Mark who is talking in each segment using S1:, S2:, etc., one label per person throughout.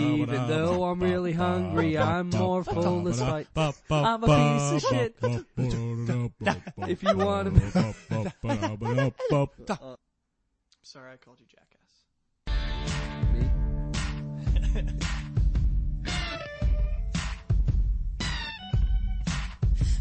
S1: Even though I'm really hungry, I'm more full of spite. I'm a piece of shit. If you wanna-
S2: to.
S3: Sorry, I called you jackass.
S1: Me?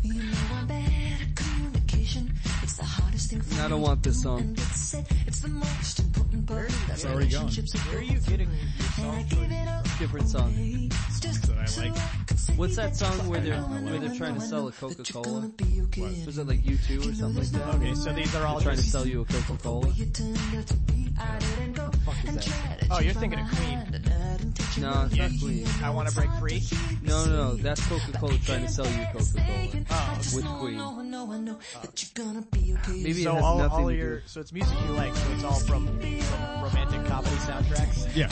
S4: You know I'm bad at communication. It's the hardest thing for
S1: I don't
S4: me
S1: want
S4: to
S1: this
S4: do,
S1: song.
S4: and It's, it. it's the most important part of that
S2: already gone.
S4: relationships are
S3: Where are you getting your
S4: And I
S3: song
S4: give it up.
S1: Different song.
S4: It's just
S2: that I
S4: so
S2: like.
S4: could say
S1: What's that song where they're
S4: I know,
S1: where they're
S4: I
S1: trying to
S4: know, I
S1: sell
S4: know
S1: a
S4: that you're gonna
S1: Coca-Cola?
S4: be okay.
S1: Was it like you two or something like that?
S3: Okay, so these are all
S1: They're trying to
S3: just-
S1: sell you a Coca-Cola.
S4: You turned out to be, I didn't go and tried to
S3: Oh, you're
S4: change my
S3: thinking of Queen.
S4: mind, and I didn't teach you
S1: No, it's
S3: Yeah.
S1: not Queen.
S3: I want to break free.
S1: No, no, no. That's Coca-Cola trying to sell you Coca-Cola.
S3: Oh,
S1: With
S4: no,
S1: Queen.
S4: no, no, I know that you're gonna be okay.
S1: Maybe it
S3: so
S1: has
S3: all,
S1: nothing
S3: all
S1: to
S3: your
S1: do.
S3: so it's music you like. So it's all from, from romantic comedy soundtracks.
S2: Yeah.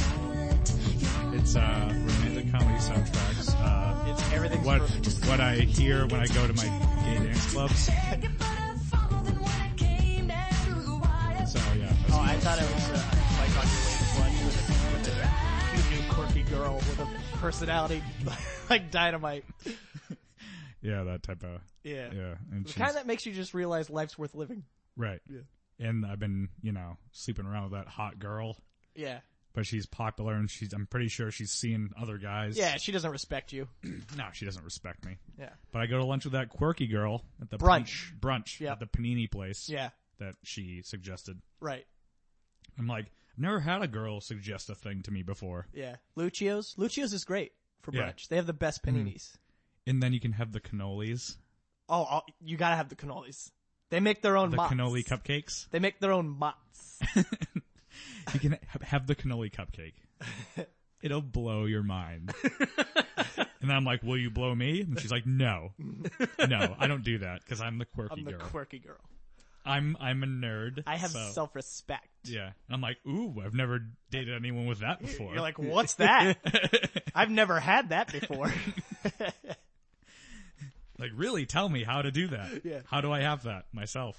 S2: It's uh, romantic comedy soundtracks. Uh,
S3: It's everything.
S2: what
S3: From,
S2: what I hear when I go to my gay dance clubs. So yeah, that's-
S3: oh, I thought it was uh, like on your way to lunch with a, with a cute new quirky girl with a personality like dynamite.
S2: yeah, that type of
S3: Yeah.
S2: yeah. And
S3: The
S2: she's-
S3: kind that makes you just realize life's worth living.
S2: right. And I've been you know sleeping around with that hot girl,
S3: Yeah.
S2: but she's popular and she's I'm pretty sure she's seeing other guys.
S3: Yeah, she doesn't respect you.
S2: No, she doesn't respect me.
S3: Yeah.
S2: But I go to lunch with that quirky girl at the
S3: Brunch.
S2: pan- brunch
S3: Yep.
S2: at the panini place
S3: Yeah.
S2: that she suggested.
S3: Right.
S2: I'm like, I've never had a girl suggest a thing to me before.
S3: Yeah. Lucio's. Lucio's is great for
S2: Yeah. Mm.
S3: brunch. They have the best paninis.
S2: And then you can have the cannolis,
S3: Oh, oh, you gotta have the cannolis. They make their own
S2: the
S3: mozz.
S2: cannoli cupcakes.
S3: They make their own mozz.
S2: You can ha- have the cannoli cupcake. It'll blow your mind. and I'm like, will you blow me? And she's like, no, no, I don't do that because I'm the quirky
S3: I'm the
S2: girl.
S3: quirky girl.
S2: I'm, I'm a nerd.
S3: I have
S2: so-
S3: self-respect.
S2: Yeah. And I'm like, ooh, I've never dated anyone with that before.
S3: You're like, what's that? I've never had that before.
S2: Like, really tell me how to do that.
S3: Yeah.
S2: How do I have that myself?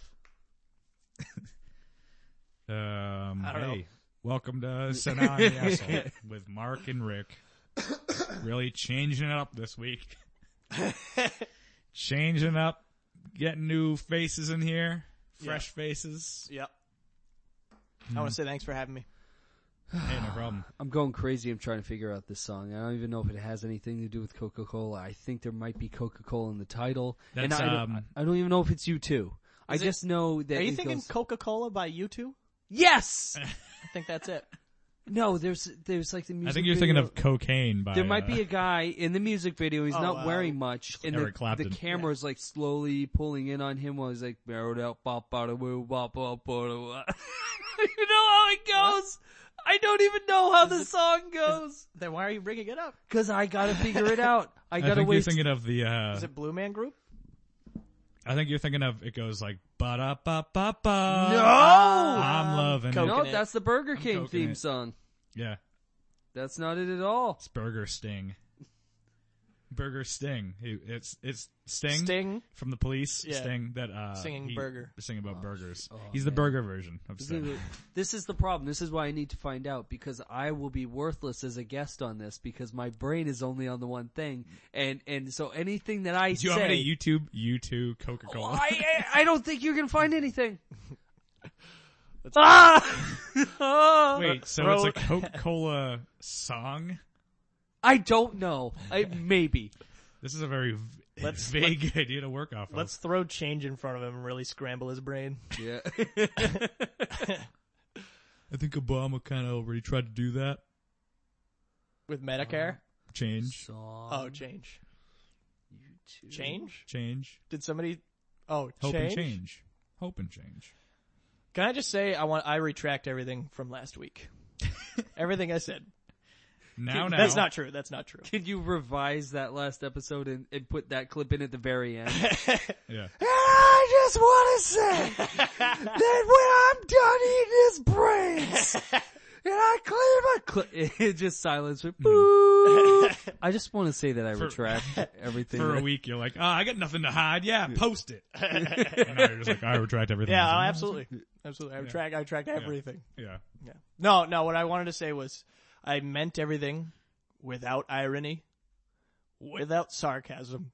S2: um,
S3: I don't
S2: hey,
S3: know.
S2: welcome to Sanan Asshole with Mark and Rick. really changing it up this week. changing up, getting new faces in here, fresh faces.
S3: yep. I
S2: Mm.
S3: want to say thanks for having me.
S2: Hey, no problem.
S1: I'm going crazy. I'm trying to figure out this song. I don't even know if it has anything to do with Coca-Cola. I think there might be Coca-Cola in the title. and
S2: That's,
S1: I, don't,
S2: um,
S1: I don't even know if it's you two. I
S3: Is it-
S1: just know that
S3: Are you
S1: it
S3: thinking
S1: goes-
S3: Coca-Cola by you two?
S1: Yes.
S3: I think that's it.
S1: No, there's there's like the music.
S2: I think you're thinking
S1: video-
S2: of cocaine by
S1: There might
S2: uh,
S1: be a guy in the music video. He's
S3: Oh,
S1: not
S3: uh,
S1: wearing much, and
S2: Eric
S1: the, the
S2: Clapton.
S1: camera is like slowly pulling in on him while he's like barreled out, bop, bada, woo, bop, bop, bada, wah." You know how it goes. I don't even know how the song goes
S3: Then why are you bringing it up?
S1: because I gotta figure it out. I
S2: I
S1: gotta
S2: think
S1: wait.
S2: you're thinking of the uh,
S3: Is it Blue Man Group?
S2: I think you're thinking of it goes like ba da ba ba ba.
S1: No!
S3: Ah.
S2: I'm loving
S3: Coke.
S2: it.
S1: no,
S3: it.
S1: that's the Burger King
S2: coking
S1: theme
S2: it.
S1: song.
S2: Yeah,
S1: That's not it at all.
S2: it's Burger Sting. Burger Sting. It- It's it's Sting,
S3: Sting.
S2: from the Police.
S3: Yeah.
S2: Sting that uh
S3: Singing
S2: he-
S3: burger.
S2: singing
S1: Oh,
S2: about burgers. He's the burger version of Sting.
S1: This is the problem. This is why I need to find out because I will be worthless as a guest on this because my brain is only on the one thing, and and so anything that I
S2: Do you
S1: say,
S2: want me to YouTube you two Coca
S3: Oh,
S2: Cola?
S1: I, I I don't think you're gonna find anything. ah!
S2: Wait, so
S3: Bro.
S2: it's a Coca Cola song.
S1: I don't know. I, maybe.
S2: This is a very v-
S3: Let's-
S2: vague idea to work off of.
S3: Let's throw change in front of him and really scramble his brain.
S1: Yeah.
S2: I think Obama kind of already tried to do that.
S3: With Medicare?
S2: Change,
S1: Song.
S3: Oh, change. Change?
S2: change,
S3: Did somebody? Oh,
S2: hope
S3: change?
S2: and change, hope and change.
S3: Can I just say I want I retract everything from last week. everything I said.
S2: Now, now
S3: That's not true. That's not true.
S1: Can you revise that last episode and, and put that clip in at the very end?
S2: Yeah.
S1: I just want to say that when I'm done eating his brains and I clear my cl- it just silence with boo. I just want to say that I retract everything.
S2: For a
S1: that-
S2: week, you're like, oh, I got nothing to hide. Yeah, post it. and now you're just like, I retract everything.
S3: Yeah,
S2: I was
S3: oh,
S2: like,
S3: absolutely. Absolutely. I retract I retract everything.
S2: Yeah.
S3: Yeah. No, no, what I wanted to say was I meant everything without irony, without sarcasm,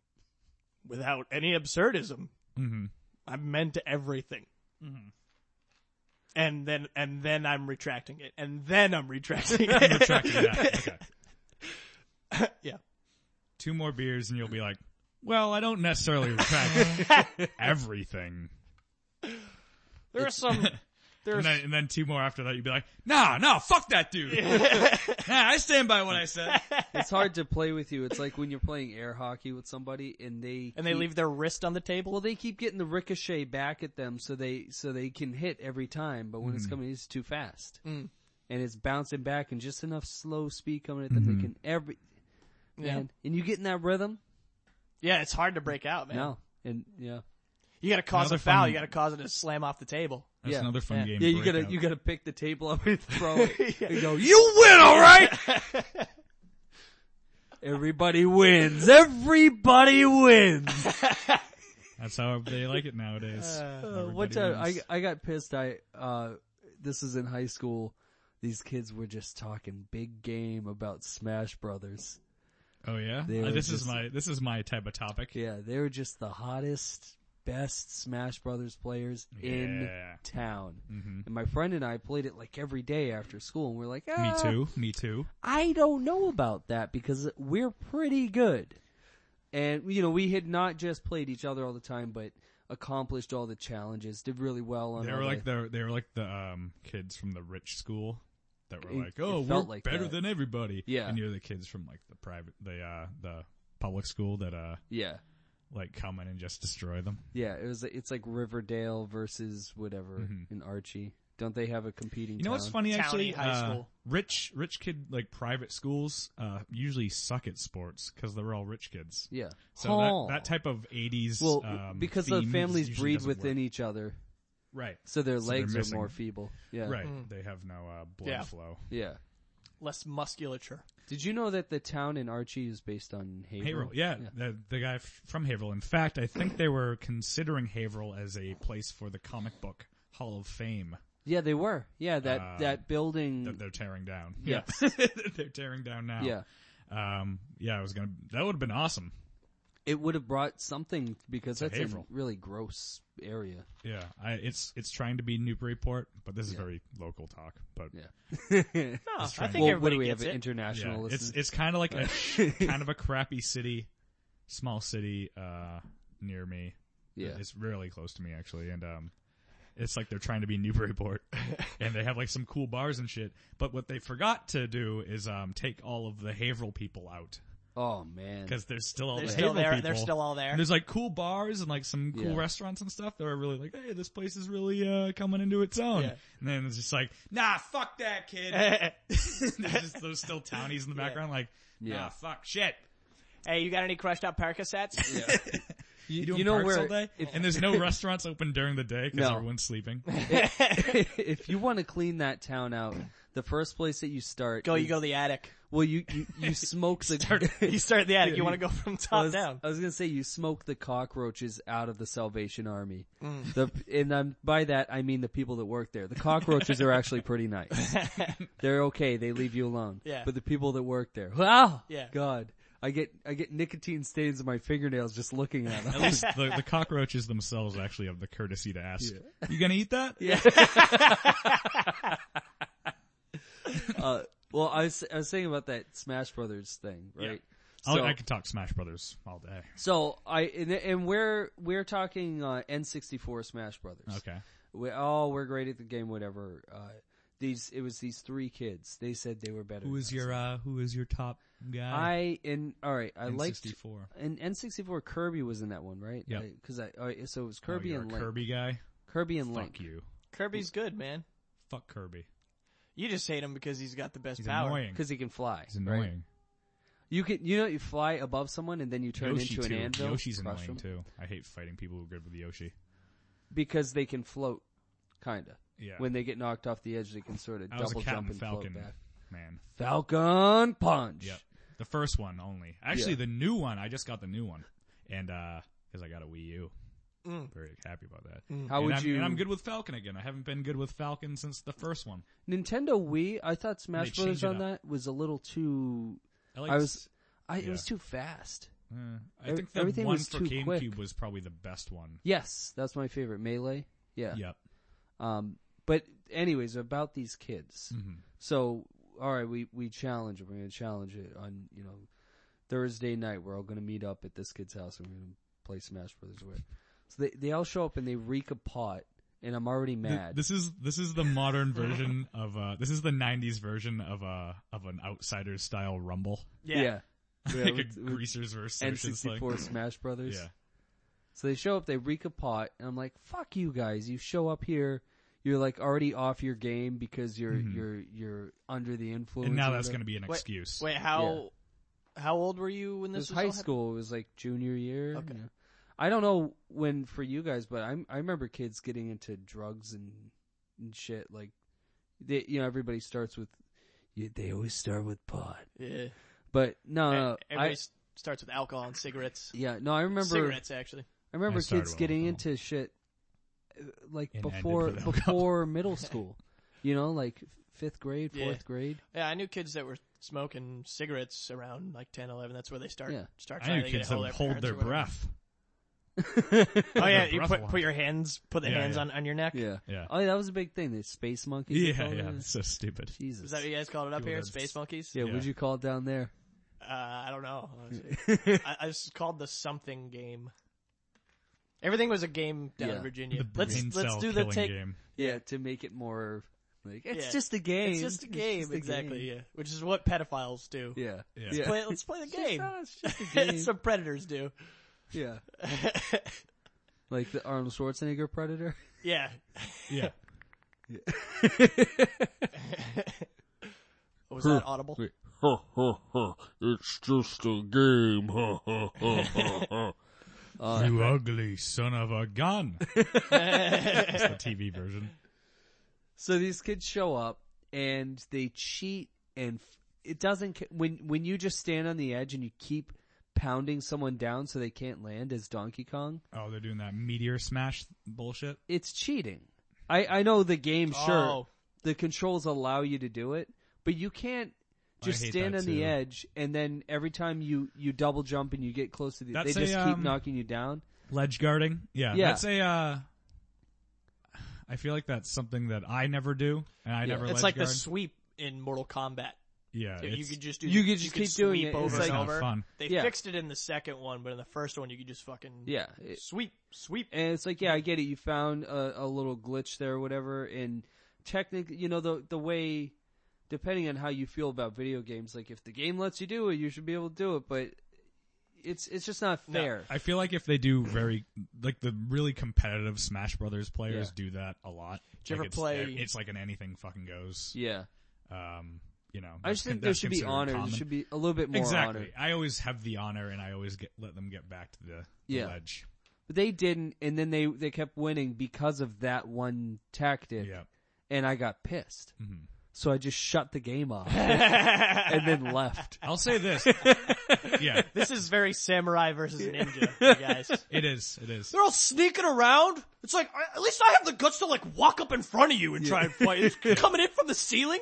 S3: without any absurdism.
S2: Mhm.
S3: I'm meant to everything.
S2: Mm-hmm.
S3: And then, and then I'm retracting it, and then I'm retracting it.
S2: Retracting that. Okay.
S3: yeah,
S2: Two more beers and you'll be like, well, I don't necessarily retract everything.
S3: there are some. There's
S2: And then, and then two more after that, you'd be like, nah, nah, fuck that dude. nah, I stand by what I said.
S1: It's hard to play with you. It's like when you're playing air hockey with somebody and they
S3: and they
S1: keep-
S3: leave their wrist on the table.
S1: Well, they keep getting the ricochet back at them, so they so they can hit every time. But when
S3: Mm.
S1: it's coming, it's too fast, and it's bouncing back and just enough slow speed coming at them. They can every
S3: Mm-hmm. Yeah.
S1: man, and you get in that rhythm.
S3: Yeah, it's hard to break out, man.
S1: No, and yeah,
S3: You gotta cause
S2: Another
S3: a foul.
S2: fun-
S3: You gotta cause it to slam off the table.
S2: That's
S1: Yeah.
S2: another fun
S3: Yeah.
S2: game.
S1: yeah, you gotta
S2: breakout.
S1: you gotta pick the table up and throw it.
S3: Yeah.
S1: and go, you win, all right. Everybody wins. Everybody wins.
S2: That's how they like it nowadays.
S1: Uh,
S2: Everybody
S1: What time I
S2: wins.
S1: I got pissed. I uh, this is in high school. These kids were just talking big game about Smash Brothers.
S2: Oh yeah,
S1: They
S2: Uh,
S1: were
S2: this is
S1: just-
S2: my this is my type of topic.
S1: Yeah, they were just the hottest, best Smash Brothers players in
S2: Yeah. Mm-hmm.
S1: town. And my friend and I played it like every day after school, and we're like,
S2: Me
S1: "Ah,
S2: too. Me too.
S1: I don't know about that because we're pretty good. And, you know, we had not just played each other all the time, but accomplished all the challenges, did really well on
S2: They
S1: all
S2: were like
S1: the,
S2: the they were like the um kids from the rich school that were
S1: It-
S2: like, oh,
S1: it
S2: we're
S1: felt like
S2: better
S1: that.
S2: than everybody.
S1: Yeah.
S2: and you're the kids from like the private the uh the public school that uh
S1: Yeah.
S2: like come in and just destroy them.
S1: Yeah, it was. It's like Riverdale versus whatever in Archie. Don't they have a competing?
S2: Mm-hmm. You know what's
S1: town?
S2: funny?
S3: Townie
S2: Actually,
S3: high
S2: Uh,
S3: school.
S2: rich rich kid like private schools uh usually suck at sports because they're all rich kids.
S1: Yeah.
S2: So
S1: Huh.
S2: that, that type of '80s
S1: well,
S2: um,
S1: because the
S2: theme
S1: families
S2: usually
S1: breed
S2: doesn't work.
S1: within each other,
S2: right?
S1: so their
S2: So they're
S1: legs are
S2: missing.
S1: more feeble. Yeah.
S2: Right. They have no uh, blood
S3: Mm. Yeah.
S2: flow.
S1: Yeah.
S3: Less musculature.
S1: Did you know that the town in Archie is based on Haverhill?
S2: Haverhill, yeah, The, the guy f- from Haverhill. In fact, I think they were considering Haverhill as a place for the comic book Hall of Fame
S1: Yeah, they were. Yeah, that
S2: Uh,
S1: that building.
S2: that they're tearing down.
S1: Yeah.
S2: That they're tearing down now.
S1: yeah,
S2: Um, yeah, I was gonna, that would have been awesome.
S1: it would have brought something because
S2: To
S1: that's a
S2: Haverhill.
S1: really gross area.
S2: Yeah. I, it's, it's trying to be Newburyport, but this is very local talk, but
S1: Yeah.
S3: No, I
S2: trying-
S3: think
S1: well, what
S3: everybody
S1: do we
S3: gets
S1: have?
S3: it.
S1: International.
S2: yeah, it's,
S1: listeners? Uh,
S2: it's kind of like a, kind of a crappy city, small city, uh, near me.
S1: yeah.
S2: It's really close to me actually, and um, it's like they're trying to be Newburyport, and they have like some cool bars and shit. But what they forgot to do is um, take all of the Haverhill people out
S1: oh man.
S2: because there's still all
S3: They're
S2: the
S3: still
S2: Haverhill
S3: there.
S2: people.
S3: They're still all there.
S2: And there's like cool bars and like some cool
S1: Yeah.
S2: restaurants and stuff that are really like, hey, this place is really uh, coming into its own.
S3: Yeah.
S2: And then it's just like, nah, fuck that kid. there's just those still townies in the background, like, nah,
S1: Yeah.
S2: fuck shit.
S3: hey, you got any crushed up parka sets?
S1: Yeah.
S2: You, doing
S1: you know
S2: parks
S1: where-
S2: all day?
S1: if-
S2: and there's no restaurants open during the day because
S1: No.
S2: everyone's sleeping.
S1: if you want to clean that town out, the first place that you start
S3: Go, you
S1: is-
S3: go to the attic.
S1: Well, you you, you smoke the.
S3: You start at the attic. You want to
S1: you-
S3: go from top
S1: I was,
S3: down.
S1: I was gonna say you smoke the cockroaches out of the Salvation Army.
S3: Mm.
S1: The and I'm, by that I mean the people that work there. The cockroaches are actually pretty nice. They're okay. They leave you alone.
S3: Yeah.
S1: But the people that work there, wow.
S3: Yeah.
S1: God, I get I get nicotine stains in my fingernails just looking at
S2: At
S1: them.
S2: least the, the cockroaches themselves actually have the courtesy to ask, "You gonna eat that?"
S1: Yeah. uh, well, I was, I was saying about that Smash Brothers thing, right?
S2: I'll,
S1: So,
S2: I could talk Smash Brothers all day.
S1: so I and, and we're we're talking uh, N64 Smash Brothers.
S2: Okay.
S1: We, oh, we're great at the game, whatever. Uh, these it was these three kids. They said they were better.
S2: Who is
S1: than us.
S2: your uh, Who is your top guy?
S1: I and all right. I liked
S2: N64.
S1: and N64 Kirby was in that one, right?
S2: Yep.
S1: Because I, all right, so it was
S2: Oh,
S1: Kirby
S2: you're
S1: and
S2: a
S1: Link. Kirby,
S2: Kirby guy.
S1: and Link.
S2: Fuck you.
S3: Kirby's good, man.
S2: Fuck Kirby.
S3: You just hate him because he's got the best
S2: He's
S3: power.
S2: annoying.
S1: Because he can fly.
S2: He's
S1: right?
S2: annoying.
S1: You can, you know, you fly above someone and then you turn
S2: Yoshi
S1: into
S2: too.
S1: an anvil.
S2: Yoshi's
S1: crush
S2: annoying
S1: them,
S2: too. I hate fighting people who are good with Yoshi.
S1: because they can float, kinda.
S2: Yeah.
S1: When they get knocked off the edge, they can sort of
S2: I was a
S1: double jump
S2: Captain
S1: and
S2: Falcon
S1: float back.
S2: man.
S1: Falcon punch.
S2: Yep. The first one only. Actually,
S1: Yeah.
S2: the new one. I just got the new one, and uh, because I got a Wii U.
S1: Mm.
S2: Very happy about that.
S1: How
S2: and
S1: would
S2: I'm,
S1: you?
S2: And I'm good with Falcon again. I haven't been good with Falcon since the first one.
S1: Nintendo Wii. I thought
S2: They
S1: Smash
S2: changed
S1: Brothers
S2: it
S1: on
S2: up.
S1: that was a little too.
S2: like
S1: I was, I it
S2: yeah.
S1: was too fast.
S2: Uh, I
S1: Ev-
S2: think the
S1: everything
S2: one
S1: was
S2: for
S1: too
S2: GameCube
S1: quick.
S2: was probably the best one.
S1: Yes, that's my favorite melee. Yeah.
S2: Yep.
S1: Um, but anyways, about these kids.
S2: Mhm.
S1: So, all right, we we challenge it. We're gonna challenge it on you know Thursday night. We're all gonna meet up at this kid's house and we're gonna play Smash Brothers. With. So they they all show up and they reek a pot, and I'm already
S2: Th-
S1: mad.
S2: This is this is the modern version of uh this is the 90s version of uh of an outsider style rumble.
S1: yeah. Yeah,
S2: like
S1: with-
S2: a
S1: with
S2: greasers versus Socias
S1: N64
S2: thing.
S1: Smash Brothers.
S2: Yeah.
S1: So they show up, they reek a pot, and I'm like, "Fuck you guys! You show up here, you're like already off your game because you're you're you're under the influence."
S2: Mm-hmm. And now
S1: or
S2: that's
S1: whatever."
S2: going to be an
S3: Wait-
S2: excuse.
S3: Wait, how how old were you when
S1: It was
S3: this was
S1: high
S3: all
S1: school. It was like junior year.
S3: Okay.
S1: yeah. I don't know when for you guys, but I I remember kids getting into drugs and and shit like they you know everybody starts with you, they always start with pot.
S3: happening?
S1: But no,
S3: Yeah.
S1: no,
S3: E-,
S1: Uh,
S3: Everybody
S1: I
S3: s- starts with alcohol and cigarettes.
S1: yeah, no, I remember
S3: Cigarettes, actually.
S1: I remember
S2: I started
S1: kids
S2: with
S1: getting
S2: alcohol.
S1: into shit uh, like
S2: And ended
S1: before
S2: with alcohol.
S1: before middle school, you know, like fifth grade,
S3: Yeah.
S1: fourth grade.
S3: Yeah, I knew kids that were smoking cigarettes around like 10, 11. That's where they start
S1: Yeah.
S3: start
S2: I
S3: trying
S2: knew
S3: to
S2: kids
S3: get
S2: that
S3: a hold
S2: would
S3: of
S2: hold
S3: parents or
S2: their
S3: whatever.
S2: breath.
S3: Oh yeah,
S2: Their
S3: you
S2: breath
S3: put
S2: one.
S3: put your hands put the
S2: Yeah,
S3: hands
S2: yeah.
S3: on on your neck.
S1: yeah,
S2: Yeah.
S1: Oh, yeah, that was a big thing. The space monkeys. they
S2: Yeah,
S1: called
S2: yeah,
S1: it.
S2: it's so stupid.
S1: Jesus.
S3: Is that what you guys called it up
S2: People
S3: here?
S2: that-
S3: Space monkeys?
S1: yeah,
S2: Yeah.
S1: what'd you call it down there?
S3: Uh, I don't know. I, I was called the something game. Everything was a game down
S1: Yeah.
S3: in Virginia.
S2: The
S3: let's
S2: brain
S3: let's
S2: cell
S3: do the
S2: killing
S3: take.
S2: game.
S1: Yeah, to make it more like it's
S3: Yeah.
S1: just a game.
S3: It's just a game,
S1: just
S3: exactly.
S1: game.
S3: Yeah, which is what pedophiles do.
S1: Yeah,
S2: Yeah.
S1: yeah.
S3: Play, let's play the game.
S1: Oh, it's just a game.
S3: That's what predators do.
S1: yeah, like the Arnold Schwarzenegger Predator.
S3: yeah.
S2: Yeah.
S3: Was that audible?
S5: ha ha ha, it's just a game, ha ha ha ha ha.
S2: you ugly son of a gun. That's the TV version.
S1: So these kids show up and they cheat and f- it doesn't, ca- when, when you just stand on the edge and you keep pounding someone down so they can't land as Donkey Kong,
S2: Oh, they're doing that meteor smash bullshit.
S1: it's cheating. I, I know the game, sure,
S3: Oh.
S1: the controls allow you to do it, but you can't
S2: I
S1: just
S2: hate
S1: stand
S2: that
S1: on the
S2: too.
S1: edge and then every time you, you double jump and you get close to the,
S2: That's
S1: they
S2: a,
S1: just keep
S2: um,
S1: knocking you down.
S2: Ledge guarding. Yeah,
S1: Yeah.
S2: That's a, uh, I feel like that's something that I never do, and I never
S3: It's
S2: ledge
S3: like
S2: guard.
S3: the sweep in Mortal Kombat.
S2: yeah.
S3: You
S2: it's-
S3: could just do.
S1: You could just keep doing
S3: sweep
S1: it.
S3: over
S1: It's
S3: and
S1: like-
S2: It's
S3: over.
S2: not fun.
S3: They
S1: Yeah.
S3: fixed it in the second one, but in the first one, you could just fucking
S1: Yeah. it-
S3: sweep, sweep.
S1: And it's like, yeah, I get it. You found a, a little glitch there, or whatever. And technically, you know, the the way, depending on how you feel about video games, like if the game lets you do it, you should be able to do it. But it's it's just not
S3: No,
S1: fair.
S2: I feel like if they do very like the really competitive Smash Brothers players
S1: Yeah.
S2: do that a lot.
S3: Did you
S2: Like,
S3: ever
S2: it's,
S3: play-
S2: It's like an anything fucking goes.
S1: yeah,
S2: Um, you know,
S1: I
S2: that's
S1: just
S2: con-
S1: think there
S2: that's
S1: should be
S2: considered
S1: honor.
S2: common.
S1: There should be a little bit more
S2: exactly.
S1: honor.
S2: I always have the honor, and I always get let them get back to the, the
S1: Yeah.
S2: ledge.
S1: But they didn't, and then they they kept winning because of that one tactic.
S2: Yeah, Mm-hmm.
S1: And I got pissed, so I just shut the game off and then left.
S2: I'll say this. yeah,
S3: This is very samurai versus ninja, you guys.
S2: it is. It is.
S3: They're all sneaking around. It's like, I- at least I have the guts to like walk up in front of you and try and fight. It's coming in from the ceiling.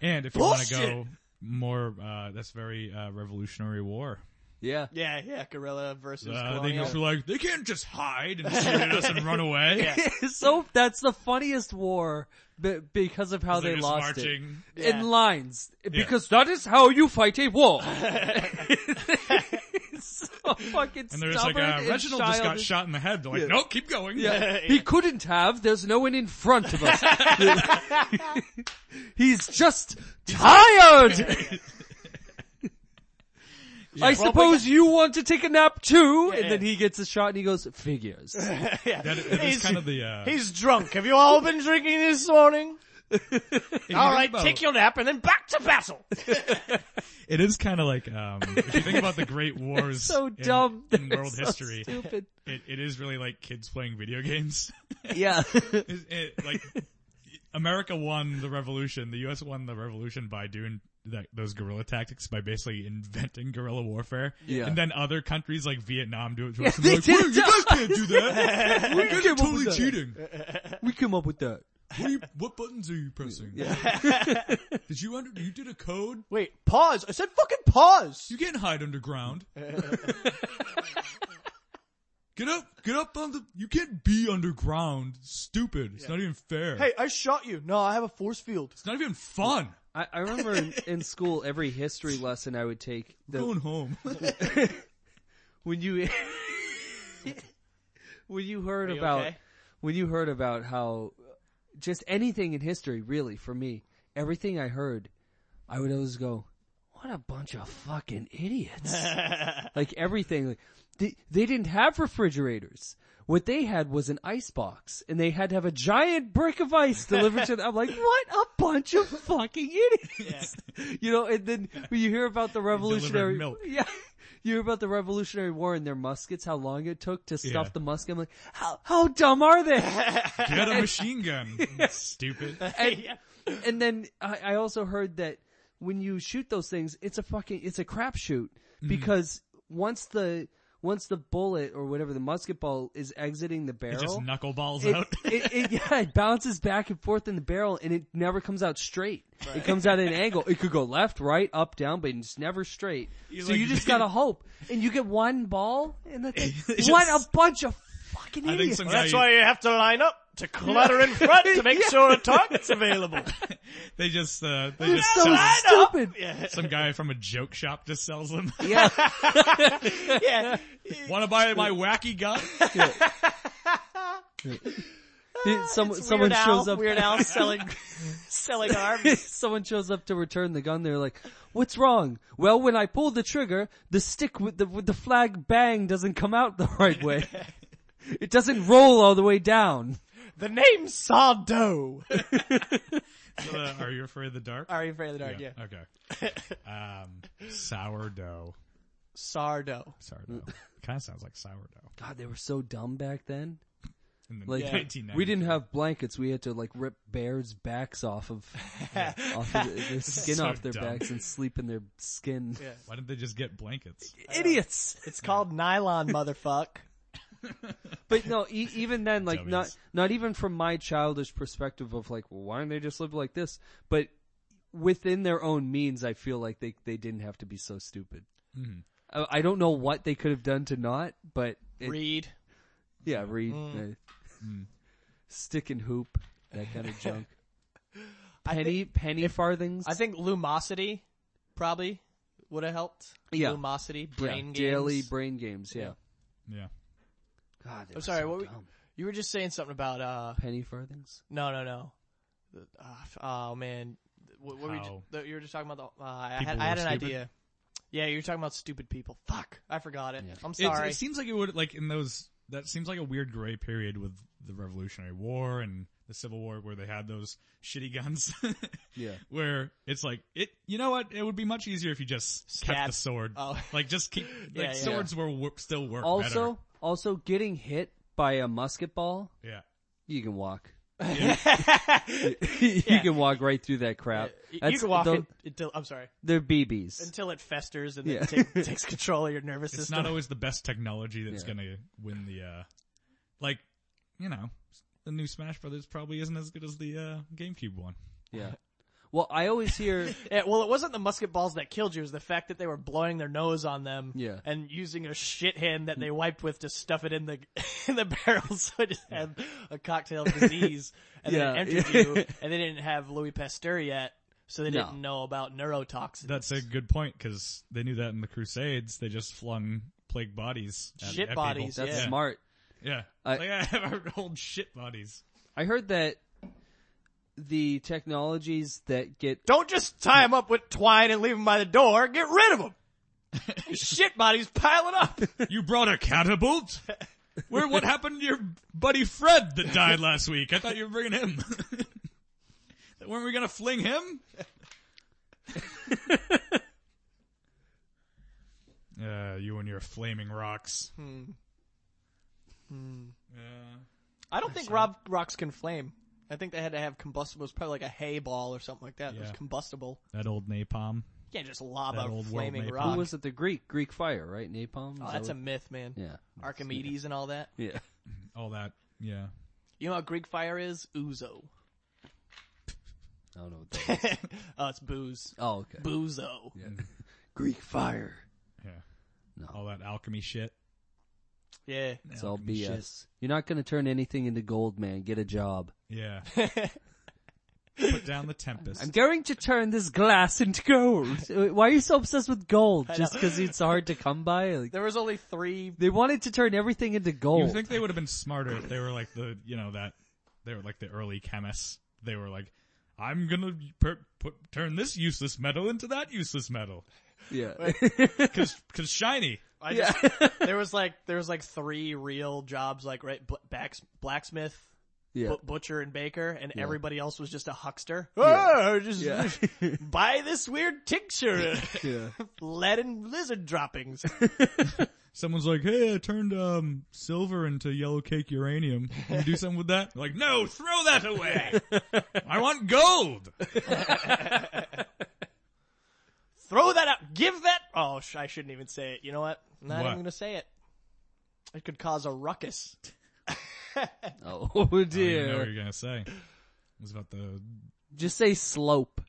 S2: And if you want to
S3: Bullshit.
S2: go more, uh, that's very uh, Revolutionary War.
S1: Yeah,
S3: Yeah, yeah, gorilla versus
S2: Uh, they
S3: colonial.
S2: just were like, they can't just hide and shoot at us and run away.
S3: Yeah.
S1: so that's the funniest war be- because of how
S2: They're
S1: they
S2: just
S1: lost it.
S2: marching.
S3: Yeah.
S1: in lines because that is how you fight a war. so fucking
S2: And they're just like,
S1: stubborn
S2: uh,
S1: and
S2: Reginald just got
S1: childish.
S2: shot in the head. They're like, no, keep going.
S1: He couldn't have. There's no one in front of us. He's just tired. I suppose you want to take a nap too.
S3: Yeah.
S1: And then he gets a shot and he goes, figures.
S2: That, that is
S3: He's-
S2: kind of the, uh,
S3: He's drunk. Have you all been drinking this morning?
S2: if you
S3: All
S2: think
S3: right,
S2: about-
S3: take your nap and then back to battle.
S2: It is kind of like, um, if you think about the Great Wars
S1: so
S2: in,
S1: dumb.
S2: in
S1: They're
S2: world
S1: so
S2: history,
S1: Stupid.
S2: it, it is really like kids playing video games.
S1: Yeah.
S2: It- it- like, America won the revolution, the US won the revolution by doing that, those guerrilla tactics by basically inventing guerrilla warfare.
S1: Yeah.
S2: And then other countries like Vietnam do it to us. and
S1: they
S2: they're like,
S1: did
S2: "Whoa, you
S1: it to
S2: guys can't do that. you guys
S1: came
S2: are
S1: up with
S2: totally
S1: that."
S2: cheating.
S1: we came up with that.
S2: What, are you, what buttons are you pressing? Did you under? You did a code.
S3: Wait, pause. I said fucking pause.
S2: You can't hide underground. get up, get up on the. You can't be underground. Stupid. It's not even fair.
S3: Hey, I shot you. No, I have a force field.
S2: it's not even fun.
S1: I, I remember in, in school every history lesson I would take. The,
S2: Going home.
S1: when you when you heard
S3: Are you
S1: about
S3: okay?
S1: when you heard about how just anything in history really for me everything I heard I would always go what a bunch of fucking idiots like everything like, they they didn't have refrigerators what they had was an ice box and they had to have a giant brick of ice delivered to them I'm like what a bunch of fucking idiots you know and then when you hear about the revolutionary
S2: milk.
S1: yeah. You hear about the Revolutionary War and their muskets, how long it took to stuff
S2: Yeah.
S1: the musket. I'm like, how, how dumb are they?
S2: Get a machine gun. Stupid.
S1: and, and then I, I also heard that when you shoot those things, it's a fucking, it's a crapshoot
S2: Mm-hmm.
S1: because once the, once the bullet or whatever the musket ball is exiting the barrel,
S2: Just knuckleballs
S1: it,
S2: out.
S1: it, it, yeah, it bounces back and forth in the barrel and it never comes out straight. It comes out at an angle. It could go left, right, up, down, but it's never straight. so
S2: like-
S1: you just gotta hope. And you get one ball and that's it.
S2: It's
S1: What
S2: just-
S1: a bunch of fucking
S2: I think
S1: idiots.
S2: some
S3: Well,
S2: guy.
S3: that's why you have to line up to clutter in front to make sure a target's available.
S2: They just. Uh, they
S1: It's
S2: just.
S1: so
S2: sell-
S3: up.
S1: stupid.
S3: Yeah,
S2: some guy from a joke shop just sells them.
S1: Yeah.
S3: yeah.
S2: Want to buy my wacky gun?
S1: Some,
S3: It's
S1: someone
S3: Weird Al-
S1: shows up.
S3: Weird Al selling selling arms.
S1: someone shows up to return the gun. They're like, "What's wrong?" Well, when I pull the trigger, the stick with the with the flag bang doesn't come out the right way. it doesn't roll all the way down.
S3: The name Sardo.
S2: Uh, are you afraid of the dark?
S3: Are you afraid of the dark? Yeah.
S2: Okay. Um, sourdough.
S3: Sardo.
S2: Sourdough. kind of sounds like sourdough.
S1: God, they were so dumb back then.
S2: In the
S1: Like
S2: 1990s.
S1: we didn't have blankets. We had to like rip bears' backs off of, off of the, their skin
S2: So
S1: off their
S2: dumb.
S1: backs and sleep in their skin.
S2: Why didn't they just get blankets?
S1: Idiots.
S3: It's called nylon, motherfuck.
S1: But no, e- even then, like not
S2: Dummies.
S1: not even from my childish perspective of like, well, why don't they just live like this? But within their own means, I feel like they they didn't have to be so stupid.
S2: Mm-hmm.
S1: I, I don't know what they could have done to not, but it,
S3: Reed.
S1: yeah, read,
S3: Mm.
S1: uh, stick and hoop, that kind of junk.
S3: I
S1: Penny
S3: think,
S1: penny farthings.
S3: I think Lumosity probably would have helped.
S1: Yeah.
S3: Lumosity
S1: Yeah,
S3: brain games.
S1: daily brain games. Yeah.
S2: Yeah.
S1: God, they
S3: I'm
S1: were
S3: sorry.
S1: so
S3: what were,
S1: dumb.
S3: you were just saying something about uh
S1: penny farthings.
S3: No, no, no. Uh, f- oh man, what, what were you,
S2: How?
S3: ju- the- you were just talking about? The, uh, I
S2: People
S3: had,
S2: who
S3: I had
S2: are
S3: an
S2: stupid?
S3: idea. Yeah, you were talking about stupid people. Fuck, I forgot it. I'm
S2: It's-
S3: sorry.
S2: It seems like it would like in those. That seems like a weird gray period with the Revolutionary War and the Civil War, where they had those shitty guns.
S1: Yeah.
S2: Where it's like it. You know what? It would be much easier if you just kept
S3: Stab.
S2: the sword.
S3: Oh.
S2: Like just keep. Like
S3: Yeah, yeah.
S2: swords were wor- still work.
S1: Also, also getting hit by a musket ball,
S2: better. yeah.
S1: you can walk.
S3: you,
S1: you can walk right through that crap.
S3: you
S1: That's-
S3: can walk
S1: tho-
S3: it until I'm sorry
S1: They're BBs.
S3: until it festers and then
S1: Yeah.
S3: take, takes control of your nervous
S2: It's
S3: system.
S2: not always the best technology that's
S1: Yeah.
S2: gonna win the. uh Like, you know, the new Smash Brothers probably isn't as good as the uh GameCube one.
S1: Yeah. Well, I always hear.
S3: Yeah, well, it wasn't the musket balls that killed you; it was the fact that they were blowing their nose on them
S1: Yeah. Mm.
S3: and using a shit hand that they wiped with to stuff it in the in the barrel, so it just had a cocktail of disease, and
S1: Yeah.
S3: then it entered you. And they didn't have Louis Pasteur yet, so they
S1: No.
S3: didn't know about neurotoxins.
S2: That's a good point because they knew that in the Crusades they just flung plague bodies. At,
S3: Shit
S2: at
S3: bodies,
S2: People.
S1: That's
S3: Yeah.
S1: smart.
S2: Yeah,
S1: I-
S2: like, I have our old shit bodies.
S1: I heard that the technologies that get
S3: Don't just tie them up with twine and leave them by the door. Get rid of them. shit bodies piling up.
S2: You brought a catapult. Where? What happened to your buddy Fred that died last week? I thought you were bringing him. Weren't we gonna fling him? Uh, you and your flaming rocks.
S1: Hmm.
S3: I don't think Rob rocks can flame. I think they had to have combustible. It's probably like a hay ball or something like that. It was
S2: Yeah.
S3: combustible.
S2: That old napalm.
S3: You can't just lob
S2: That
S3: out
S2: old world
S3: flaming
S2: maple.
S1: who
S3: rock.
S1: was it? The Greek Greek fire, right? Napalm. Is
S3: oh,
S1: that
S3: that's a
S1: what-
S3: myth, man.
S1: yeah,
S3: Archimedes and all that.
S1: yeah.
S2: All that. Yeah.
S3: You know what Greek fire is? Uzo.
S1: I don't know. What that is.
S3: oh, it's booze.
S1: oh, okay.
S3: Boozo.
S1: Yeah. Greek fire.
S2: Yeah.
S1: No.
S2: All that alchemy shit.
S3: Yeah.
S1: It's all
S2: Alchemy
S1: BS.
S2: shit.
S1: You're not going to turn anything into gold, man. Get a job.
S2: Yeah. Put down the tempest.
S1: I'm going to turn this glass into gold. Why are you so obsessed with gold?
S3: I
S1: Just
S3: know.
S1: because it's hard to come by? Like,
S3: There was only three.
S1: they wanted to turn everything into gold.
S2: You think they would have been smarter if they were like the, you know, that they were like the early chemists. They were like, I'm gonna per- put, turn this useless metal into that useless metal
S1: yeah.
S2: because cause shiny.
S3: I
S1: yeah.
S3: just, there was like there was like three real jobs, like right, bl- backs, blacksmith,
S1: yeah.
S3: bu- butcher, and baker, and
S1: Yeah.
S3: everybody else was just a huckster.
S1: Yeah.
S3: Oh, just
S1: Yeah.
S3: buy this weird tincture,
S1: yeah.
S3: lead and lizard droppings.
S2: Someone's like, hey, I turned um silver into yellow cake uranium. Can you do something with that? Like, no, throw that away. I want gold.
S3: Throw that out. Give that. Oh, sh- I shouldn't even say it. You know what? I'm not
S2: What?
S3: even going to say it. It could cause a ruckus.
S1: Oh
S2: I don't even know
S1: dear.
S2: what you're gonna say. It was about the
S1: Just say slope.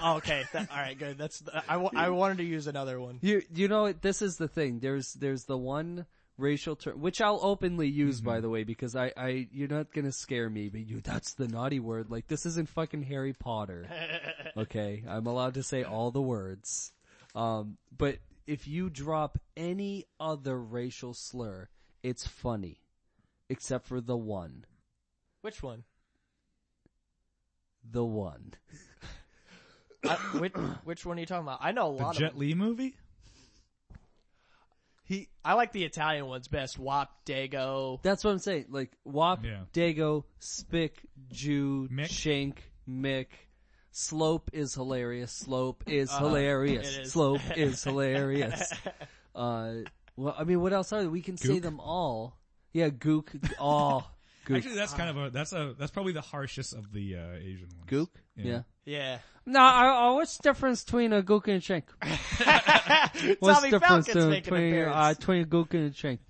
S3: Oh, okay. That, all right, good. That's. I, wa- I wanted to use another one.
S1: You you know what? this is the thing. There's there's the one racial term which I'll openly use by the way because I I you're not gonna scare me, but you that's the naughty word. Like this isn't fucking Harry Potter. okay, I'm allowed to say all the words. Um, but if you drop any other racial slur, it's funny, except for the one,
S3: Which one?
S1: the one.
S3: I, which, which one are you talking about? I know a
S2: the
S3: lot of.
S2: Jet
S3: Them.
S2: Li movie.
S3: He. I like the Italian ones best. Wop, Dago.
S1: That's what I'm saying. Like Wop,
S2: Yeah.
S1: Dago, Spick, Jew,
S2: Mick.
S1: Shank, Mick. Slope is hilarious. Slope is
S3: Uh,
S1: hilarious.
S3: it is.
S1: Slope is hilarious. Uh, well, I mean, what else are there? We can say
S2: Gook.
S1: them all. Yeah, Gook. Oh, Gook.
S2: Actually, that's kind of a that's a that's probably the harshest of the uh, Asian ones.
S1: Gook.
S2: Yeah.
S1: Yeah.
S3: Yeah.
S1: No, I, I, what's the difference between a Gook and a Shank? What's
S3: Tommy
S1: the difference
S3: Falcon's making an
S1: between uh,
S3: appearance.
S1: between a Gook and a Shank?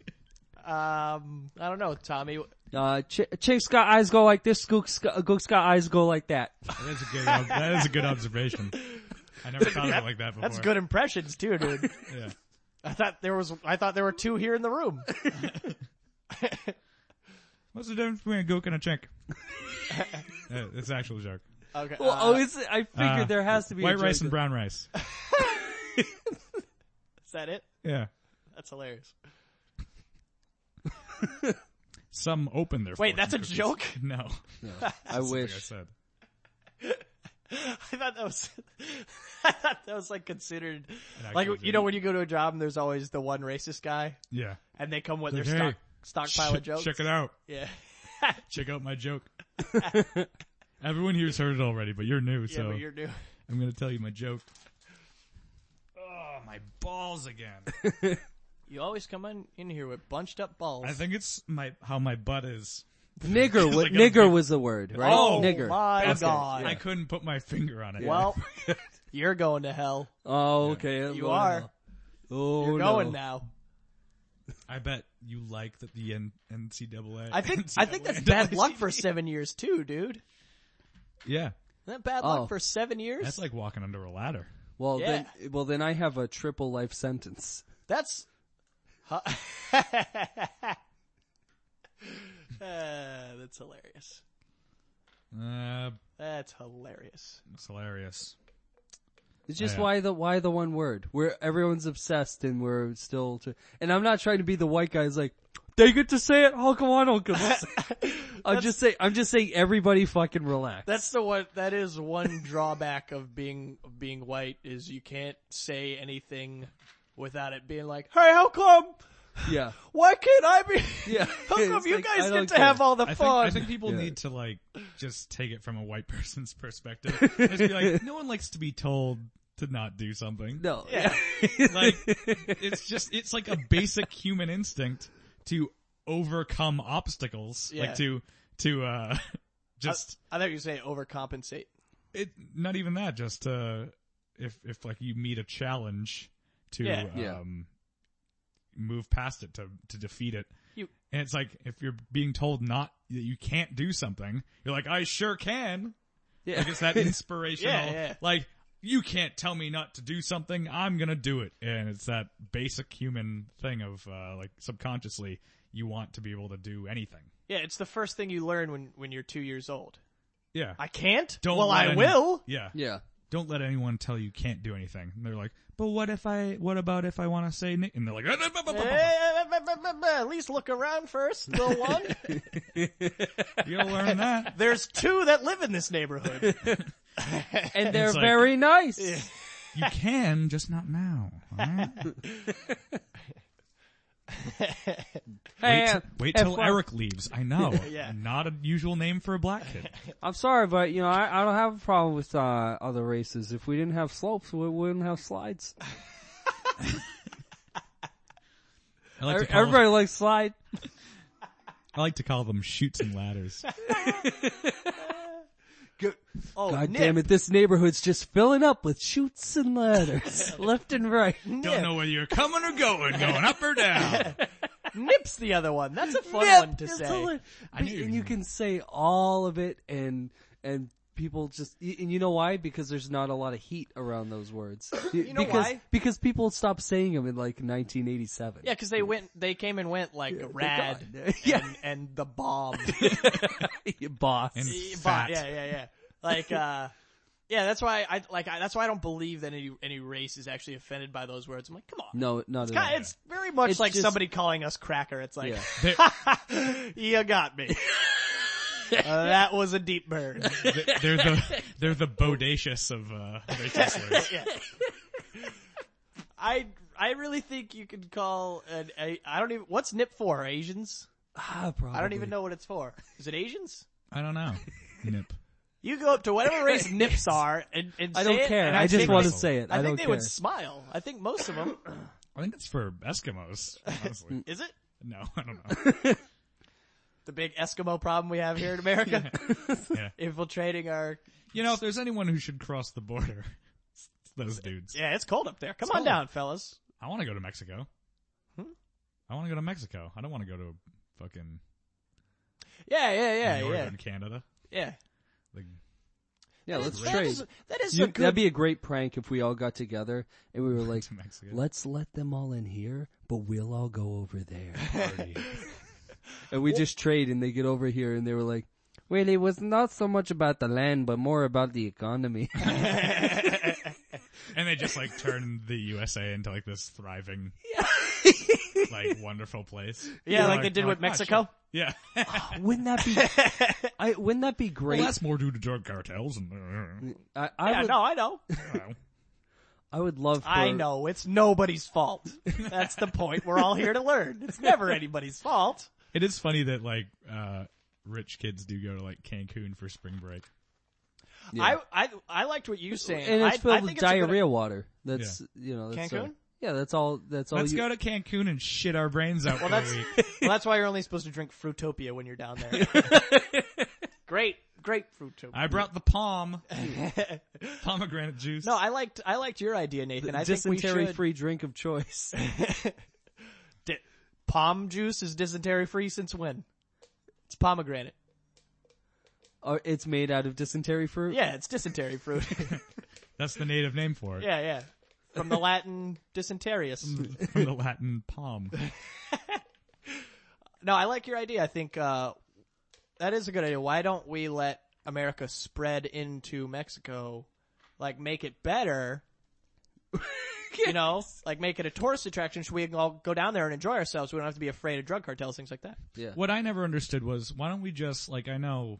S3: um, I don't know, Tommy.
S1: Uh, Ch- Chink's got eyes go like this. Gook's got, Gook's got eyes go like that.
S2: That's a good. ob- that is a good observation. I never thought of it like that before.
S3: That's good impressions too, dude.
S2: Yeah.
S3: I thought there was. I thought there were two here in the room.
S2: What's the difference between a gook and a chink? Uh, it's an actual joke.
S3: Okay.
S1: Well,
S3: uh,
S1: oh, it's, I figured
S2: Uh,
S1: there has to be a
S2: white rice
S1: joke.
S2: and brown rice.
S3: is that it?
S2: Yeah.
S3: That's hilarious.
S2: Some open their. fortune
S3: Wait, that's a
S2: cookies.
S3: joke.
S2: No. Like
S1: I
S2: I
S1: wish.
S2: said.
S3: I thought that was, I thought that was like considered,
S2: actual
S3: like you know
S2: joke.
S3: when you go to a job and there's always the one racist guy,
S2: Yeah.
S3: and they come with
S2: Like,
S3: their
S2: hey,
S3: stock stockpile of
S2: Ch-
S3: jokes.
S2: Check it out.
S3: Yeah,
S2: Check out my joke. Everyone here's heard it already, but you're new,
S3: yeah,
S2: so
S3: but you're new.
S2: I'm gonna tell you my joke. Oh, my balls again.
S3: You always come in, in here with bunched up balls.
S2: I think it's my how my butt is.
S1: Nigger, wa-
S2: like a
S1: nigger
S2: big-
S1: was the word, right?
S2: Oh,
S1: nigger.
S3: my
S1: That's it,
S3: God.
S2: I
S1: yeah.
S2: couldn't put my finger on it.
S3: Well, you're going to hell.
S1: Oh, okay. I'm
S3: You
S1: going
S3: are.
S1: now. Oh,
S3: You're going
S1: no.
S3: now.
S2: I bet you like that the N- NCAA.
S3: I think I think that's bad luck for seven years too, dude.
S2: Yeah,
S3: Isn't that bad
S1: Oh.
S3: luck for seven years?
S2: that's like walking under a ladder.
S1: Well,
S3: Yeah.
S1: then, well, then I have a triple life sentence.
S3: That's. Huh? Uh, Ah, that's hilarious.
S2: Uh,
S3: That's hilarious.
S2: it's hilarious.
S1: It's just
S2: Yeah.
S1: why the why the one word where everyone's obsessed and we're still. Tr- and I'm not trying to be the white guy. who's like they get to say it. How come I don't get to say it?" I'm just saying. I'm just saying. Everybody fucking relax.
S3: That's the one. That is one drawback of being of being white is you can't say anything without it being like, "Hey, how come?
S1: yeah.
S3: Why can't I be?
S1: Yeah.
S3: how come
S1: It's
S3: you
S1: like, I
S3: guys
S1: don't
S3: get to
S1: care.
S3: have all the
S2: I think,
S3: fun?"
S2: I think people
S1: Yeah.
S2: need to like just take it from a white person's perspective. Just be like, no one likes to be told to not do something.
S1: No.
S3: yeah,
S2: Like it's just it's like a basic human instinct to overcome obstacles.
S3: Yeah.
S2: Like to to uh just
S3: I thought you were saying overcompensate.
S2: it not even that just uh if if like you meet a challenge to
S3: Yeah.
S1: Yeah.
S2: um move past it to to defeat it
S3: You-
S2: and it's like if you're being told not that you can't do something you're like i sure can
S1: Yeah.
S2: Like it's that inspirational.
S3: Yeah, yeah.
S2: Like you can't tell me not to do something. I'm gonna do it. And it's that basic human thing of uh, like subconsciously you want to be able to do anything.
S3: Yeah, it's the first thing you learn when when you're two years old.
S2: Yeah.
S3: I can't.
S2: Don't
S3: well,
S2: let
S3: I
S2: any-
S3: will.
S2: Yeah.
S1: Yeah.
S2: Don't let anyone tell you can't do anything. And they're like, but what if I? What about if I want to say? Nick? And they're like,
S3: Eh, eh, eh, eh, eh, eh, At least look around first, little one.
S2: you'll learn that.
S3: There's two that live in this neighborhood.
S1: And they're
S2: like-
S1: very nice.
S2: You can, just not now. all right?
S1: Hey,
S2: Wait,
S1: uh,
S2: till, wait
S1: hey,
S2: till
S1: fuck.
S2: Eric leaves. I know.
S3: Yeah.
S2: Not a usual name for a black kid.
S1: I'm sorry, but you know I, I don't have a problem with uh, other races. If we didn't have slopes, we wouldn't have slides.
S2: I like to call
S1: Everybody
S2: Them,
S1: likes slide.
S2: I like to call them shoots and ladders.
S3: Good. Oh,
S1: God
S3: Nip,
S1: damn it! This neighborhood's just filling up with chutes and ladders, left and right.
S2: Don't know whether you're coming or going, going up or down.
S3: Nip's the other one. That's a fun
S1: Yep,
S3: one to
S1: it's
S3: say.
S1: hilarious. But-
S2: knew-
S1: and you can say all of it, and and people just y- and you know why? Because there's not a lot of heat around those words. you
S3: know
S1: because,
S3: why?
S1: Because people stopped saying them in like 1987.
S3: Yeah, because they went, they came and went like rad
S1: gone. Yeah.
S3: and, and the bomb.
S1: boss.
S2: And
S3: Yeah,
S2: fat.
S3: Yeah, yeah, yeah. Like, uh, yeah, that's why I like. I, that's why I don't believe that any any race is actually offended by those words. I'm like, come on.
S1: no, not at
S3: Kinda-
S1: all.
S3: it's very much
S1: It's
S3: like
S1: just-
S3: somebody calling us cracker. It's like,
S1: Yeah.
S2: There-
S3: you got me. Uh, that was a deep burn.
S2: th- They're the they're the bodacious of uh, racist words.
S3: yeah. I I really think you could call an I, I don't even what's nip for Asians.
S1: Ah,
S3: I don't even
S1: probably.
S3: know what it's for. Is it Asians?
S2: I don't know. Nip.
S3: You go up to whatever race nips are and, and
S1: I
S3: say
S1: don't
S3: it,
S1: care.
S3: and
S1: I, just
S3: think
S1: want to
S3: they-
S1: say it.
S3: I,
S1: I,
S3: think
S1: don't
S3: they
S1: care.
S3: would smile. I think most of them.
S2: I think that's for Eskimos. Honestly,
S3: is it
S2: no, I don't know.
S3: the big Eskimo problem we have here in America?
S2: Yeah.
S3: Infiltrating our.
S2: You know, if there's anyone who should cross the border, it's those dudes.
S3: Yeah, it's cold up there. Come
S2: It's
S3: on
S2: cold.
S3: down, fellas.
S2: I want to go to Mexico.
S3: Hmm?
S2: I want to go to Mexico. I don't want to go to fucking
S3: Yeah, yeah, yeah, yeah,
S2: northern Canada.
S3: yeah.
S2: Like,
S1: yeah, let's
S3: That
S1: trade.
S3: is- that is
S1: You-
S3: a good.
S1: That'd be a great prank if we all got together and we were like,
S2: to Mexico.
S1: let's let them all in here, but we'll all go over there.
S2: Party.
S1: And we just trade and they get over here and they were like, well, it was not so much about the land, but more about the economy.
S2: and they just like turn the USA into like this thriving, like wonderful place.
S3: yeah,
S2: We're
S3: like they did
S2: we're
S3: with
S2: "Ah,
S3: Mexico.
S2: shit." Yeah.
S1: wouldn't that be, I, wouldn't that be great?
S2: well, that's more due to drug cartels and uh,
S1: I, I,
S3: Yeah,
S1: would,
S3: no, I know.
S2: well,
S1: I would love for,
S3: I know it's nobody's fault. That's the point. We're all here to learn. It's never anybody's fault.
S2: it is funny that like uh rich kids do go to like Cancun for spring break.
S1: Yeah.
S3: I, I I liked what you saying.
S1: and it's
S3: I,
S1: filled
S3: I
S1: with
S3: think it's a good-
S1: diarrhea water. That's, you know, that's, uh,
S3: Cancun?
S1: yeah, that's all, that's all
S2: Let's
S1: you,
S2: go to Cancun and shit our brains out
S3: well,
S2: for a
S3: that's
S2: week.
S3: well, that's why you're only supposed to drink Fruitopia when you're down there. great, great Fruitopia.
S2: I brought the palm, pomegranate juice.
S3: no, I liked I liked your idea, Nathan. I think we
S1: dysentery
S3: should.
S1: free drink of choice.
S3: Di- palm juice is dysentery free since when? It's pomegranate.
S1: Or Uh, it's made out of dysentery fruit.
S3: Yeah, it's dysentery fruit.
S2: that's the native name for it
S3: yeah, yeah. From the Latin dysenterius.
S1: Mm.
S2: from the Latin palm.
S3: No, I like your idea. I think uh, that is a good idea. Why don't we let America spread into Mexico, like make it better? You know, like make it a tourist attraction. so we can all go down there and enjoy ourselves? We don't have to be afraid of drug cartels, things like that.
S1: Yeah.
S2: What I never understood was why don't we just like I know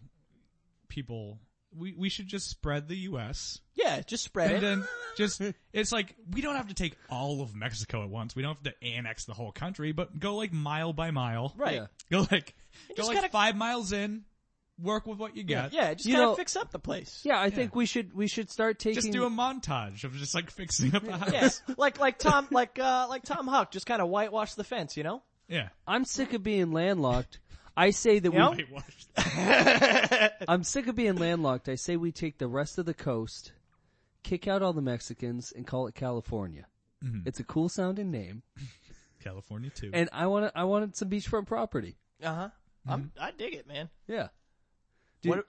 S2: people we we should just spread the U.S.
S3: Yeah, just spread
S2: and
S3: it.
S2: then just it's like we don't have to take all of Mexico at once. We don't have to annex the whole country, but go like mile by mile.
S3: right.
S1: Yeah.
S2: Go like go
S3: just
S2: like
S3: gotta-
S2: five miles in. Work with what you got.
S3: Yeah, just
S1: You
S3: kind
S1: know-
S3: of fix up the place.
S1: Yeah, I think we should, we should start taking,
S2: Just do a montage of just like fixing up the house.
S3: Yes, like like Tom, like uh, like Tom Huck, just kind of whitewash the fence, you know.
S2: Yeah.
S1: I'm sick of being landlocked. I say that
S3: Yeah.
S1: we
S2: Whitewash.
S1: I'm sick of being landlocked. I say we take the rest of the coast, kick out all the Mexicans, and call it California. It's a cool sounding name,
S2: California too.
S1: and I want to. I wanted some beachfront property.
S3: Uh huh. I'm I dig it, man.
S1: Yeah,
S3: What?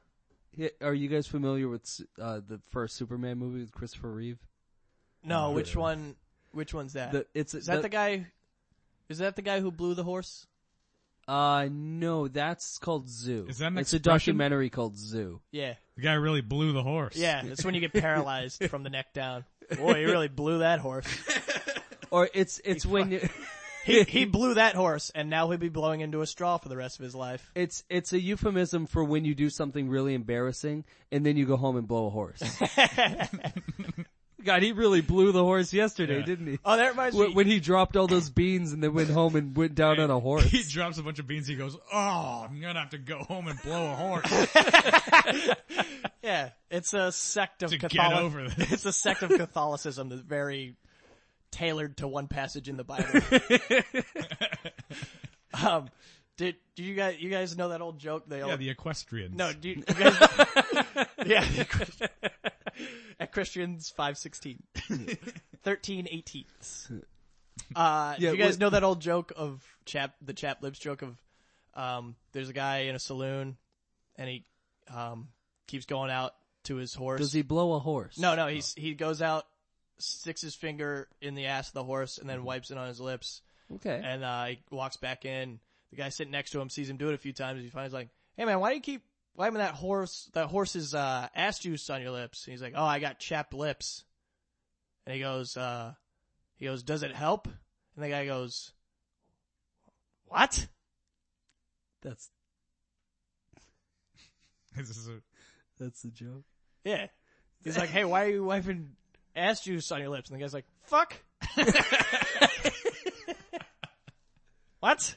S1: Yeah, Are you guys familiar with uh, the first Superman movie with Christopher Reeve?
S3: No,
S2: Yeah.
S3: which one? Which one's that? Is
S1: The, it's
S3: that the guy? Is that the guy who blew the horse?
S1: Uh, no, that's called Zoo.
S2: Is that an
S1: It's a
S2: expression?
S1: documentary called Zoo.
S3: Yeah,
S2: The guy really blew the horse.
S3: yeah. That's when you get paralyzed from the neck down. Boy, he really blew that horse.
S1: Or it's it's when you,
S3: He he blew that horse, and now he'll be blowing into a straw for the rest of his life.
S1: it's it's a euphemism for when you do something really embarrassing and then you go home and blow a horse. God, he really blew the horse yesterday,
S2: Yeah.
S1: didn't he?
S3: Oh, that reminds me.
S1: When, when he dropped all those beans and then went home and went down on a horse.
S2: He drops a bunch of beans. He goes, "Oh, I'm gonna have to go home and blow a horse."
S3: yeah, it's a sect of
S2: To get over
S3: Catholic.
S2: this.
S3: It's a sect of Catholicism that's very tailored to one passage in the Bible. um, did do you guys you guys know that old joke? They
S2: yeah,
S3: old,
S2: the equestrians.
S3: no, do you, you guys, yeah, the Christ- at Christians five sixteen, thirteen eighteenths. Uh,
S1: Yeah,
S3: do you guys
S1: what-
S3: know that old joke of chap the chap lips joke of um, there's a guy in a saloon and he um, keeps going out to his horse.
S1: Does he blow a horse?
S3: No, no, he's he goes out, sticks his finger in the ass of the horse, and then wipes it on his lips,
S1: Okay.
S3: and uh, he walks back in. The guy sitting next to him sees him do it a few times. He finds like, "Hey man, why do you keep wiping that horse that horse's uh, ass juice on your lips?" And he's like, "Oh, I got chapped lips." And he goes, uh, "He goes, does it help?" And the guy goes, "What?"
S1: That's
S2: This is a-
S1: that's the joke.
S3: Yeah. He's like, "Hey, why are you wiping ass juice on your lips?" And the guy's like, "Fuck." what?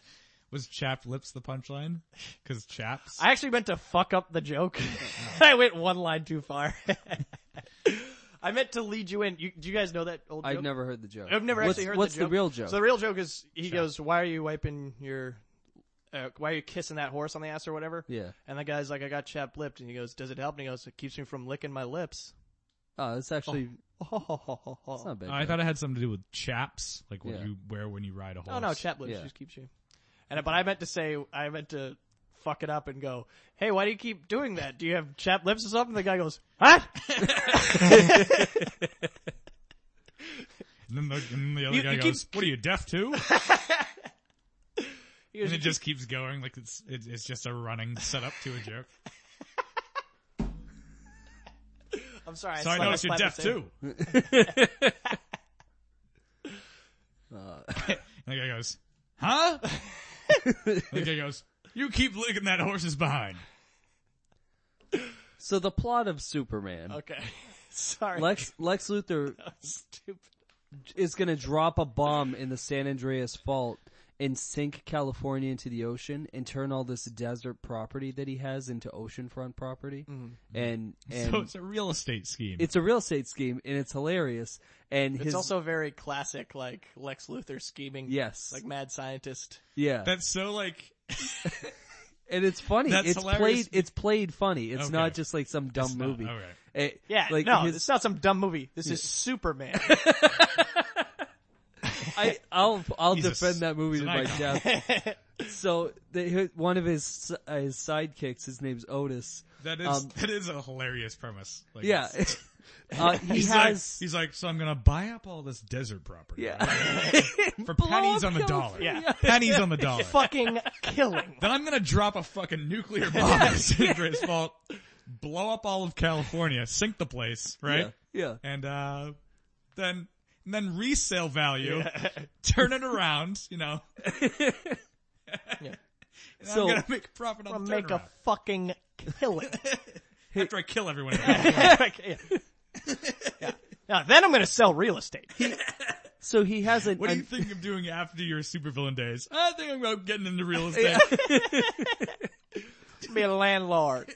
S2: was chapped lips the punchline? Because chaps.
S3: I actually meant to fuck up the joke. I went one line too far. I meant to lead you in. You, do you guys know that old joke?
S1: I've never heard the joke.
S3: I've never
S1: What's-
S3: actually heard
S1: What's
S3: the joke.
S1: real joke?
S3: So the real joke is he goes, "Why are you wiping your uh, why are you kissing that horse on the ass or whatever?"
S1: yeah.
S3: And the guy's like, "I got chapped lipped." And he goes, "Does it help?" And he goes, "It keeps me from licking my lips." Oh,
S1: Oh, that's actually it's not a bad.
S2: I
S1: joke.
S2: thought it had something to do with chaps, like what
S1: Yeah.
S2: you wear when you ride a horse.
S3: Oh no, chap lips
S1: Yeah.
S3: just keeps you. And but I meant to say I meant to fuck it up and go, hey, why do you keep doing that? Do you have chap lips or something? The guy goes, huh?
S2: And then the, and the other
S3: You-
S2: guy
S3: you keep-
S2: goes, "What are you deaf to?"
S3: He goes,
S2: and it just keeps going, like it's it, it's just a running setup to a joke.
S3: I'm sorry.
S2: So I
S3: slapped my
S2: noticed you're
S3: slap
S2: deaf
S3: at the same-
S2: too. and the guy goes, "Huh?" And the guy goes, "You keep licking that horse's behind."
S1: So the plot of Superman.
S3: Okay, sorry.
S1: Lex Lex Luthor
S3: Stupid.
S1: is going to drop a bomb in the San Andreas Fault and sink California into the ocean and turn all this desert property that he has into oceanfront property.
S3: Mm-hmm.
S1: And and
S2: Mm-hmm. so it's a real estate scheme.
S1: it's a real estate scheme and it's hilarious. And
S3: It's
S1: his
S3: also very classic, like Lex Luthor scheming.
S1: Yes.
S3: like mad scientist.
S1: yeah,
S2: That's so like
S1: and it's funny.
S2: that's
S1: it's
S2: hilarious.
S1: played. It's played funny. It's
S2: Okay.
S1: not just like some dumb
S2: not-
S1: movie.
S2: okay.
S1: It-
S3: Yeah,
S1: like
S3: no,
S1: his-
S3: it's not some dumb movie. This is Superman.
S1: I, I'll I'll
S2: He's a s-
S1: defend that movie
S2: he's
S1: to
S2: an
S1: my
S2: icon.
S1: death. so the, his- one of his uh, his sidekicks, his name's Otis.
S2: that is
S1: Um,
S2: that is a hilarious premise. Like,
S1: Yeah,
S2: it's-
S1: uh, he
S2: he's
S1: has
S2: like he's like, so I'm gonna buy up all this desert property
S1: yeah.
S2: for
S1: Blow
S2: pennies
S1: up
S2: on the dollar.
S1: California.
S3: Yeah.
S2: pennies on the dollar.
S3: Fucking killing.
S2: Then I'm gonna drop a fucking nuclear bomb at San Andreas Fault, blow up all of California, sink the place, right?
S1: Yeah.
S2: And uh then and then resale value, turn it around, you know. And
S1: So-
S2: I'm gonna make a profit
S3: I'll
S2: on the
S3: make a
S2: turnaround
S3: fucking killing.
S2: after I kill everyone. in California.
S3: yeah. Yeah. Now then, I'm going to sell real estate.
S1: So he has an,
S2: What do you
S1: an-
S2: think of doing after your supervillain days? I think I'm about getting into real estate.
S3: be a landlord.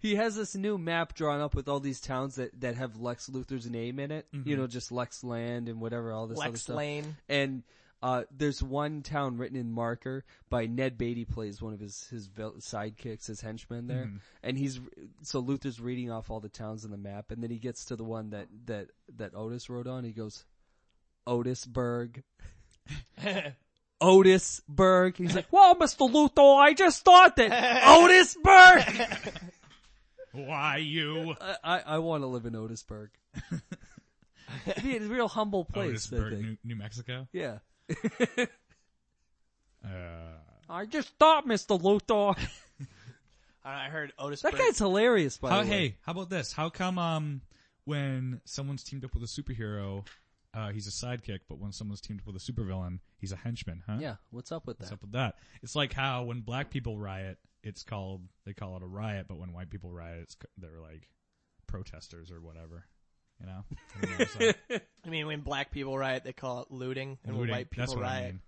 S1: he has this new map drawn up with all these towns that, that have Lex Luthor's name in it. You know, just Lex Land and whatever, all this other
S3: Lex
S1: stuff.
S3: Lane.
S1: And uh, there's one town written in marker by Ned Beatty plays one of his his vil- sidekicks, his henchmen there, and he's so Luther's reading off all the towns in the map, and then he gets to the one that that that Otis wrote on. He goes, Otisburg, Otis Berg. He's like, well, Mr. Luthor, I just thought that Otis Berg.
S2: Why you?
S1: I, I, I want to live in Otisburg. It'd be a real humble place, I
S2: Otisburg,
S1: think.
S2: New, New Mexico.
S1: Yeah.
S2: Uh,
S1: I just thought, Mr. Luthor.
S3: Uh, I heard Otis.
S1: That
S3: Bird-
S1: guy's hilarious, by
S2: How,
S1: the way.
S2: hey, how about this? How come um when someone's teamed up with a superhero, uh, he's a sidekick, but when someone's teamed up with a supervillain, he's a henchman, huh?
S1: Yeah, what's up with that?
S2: What's up with that? It's like how when black people riot, it's called they call it a riot, but when white people riot, it's c- they're like protesters or whatever. You know, I don't know, it's like
S3: I mean, when black people riot, they call it looting, and
S2: looting.
S3: when white people
S2: that's what
S3: riot,
S2: I mean.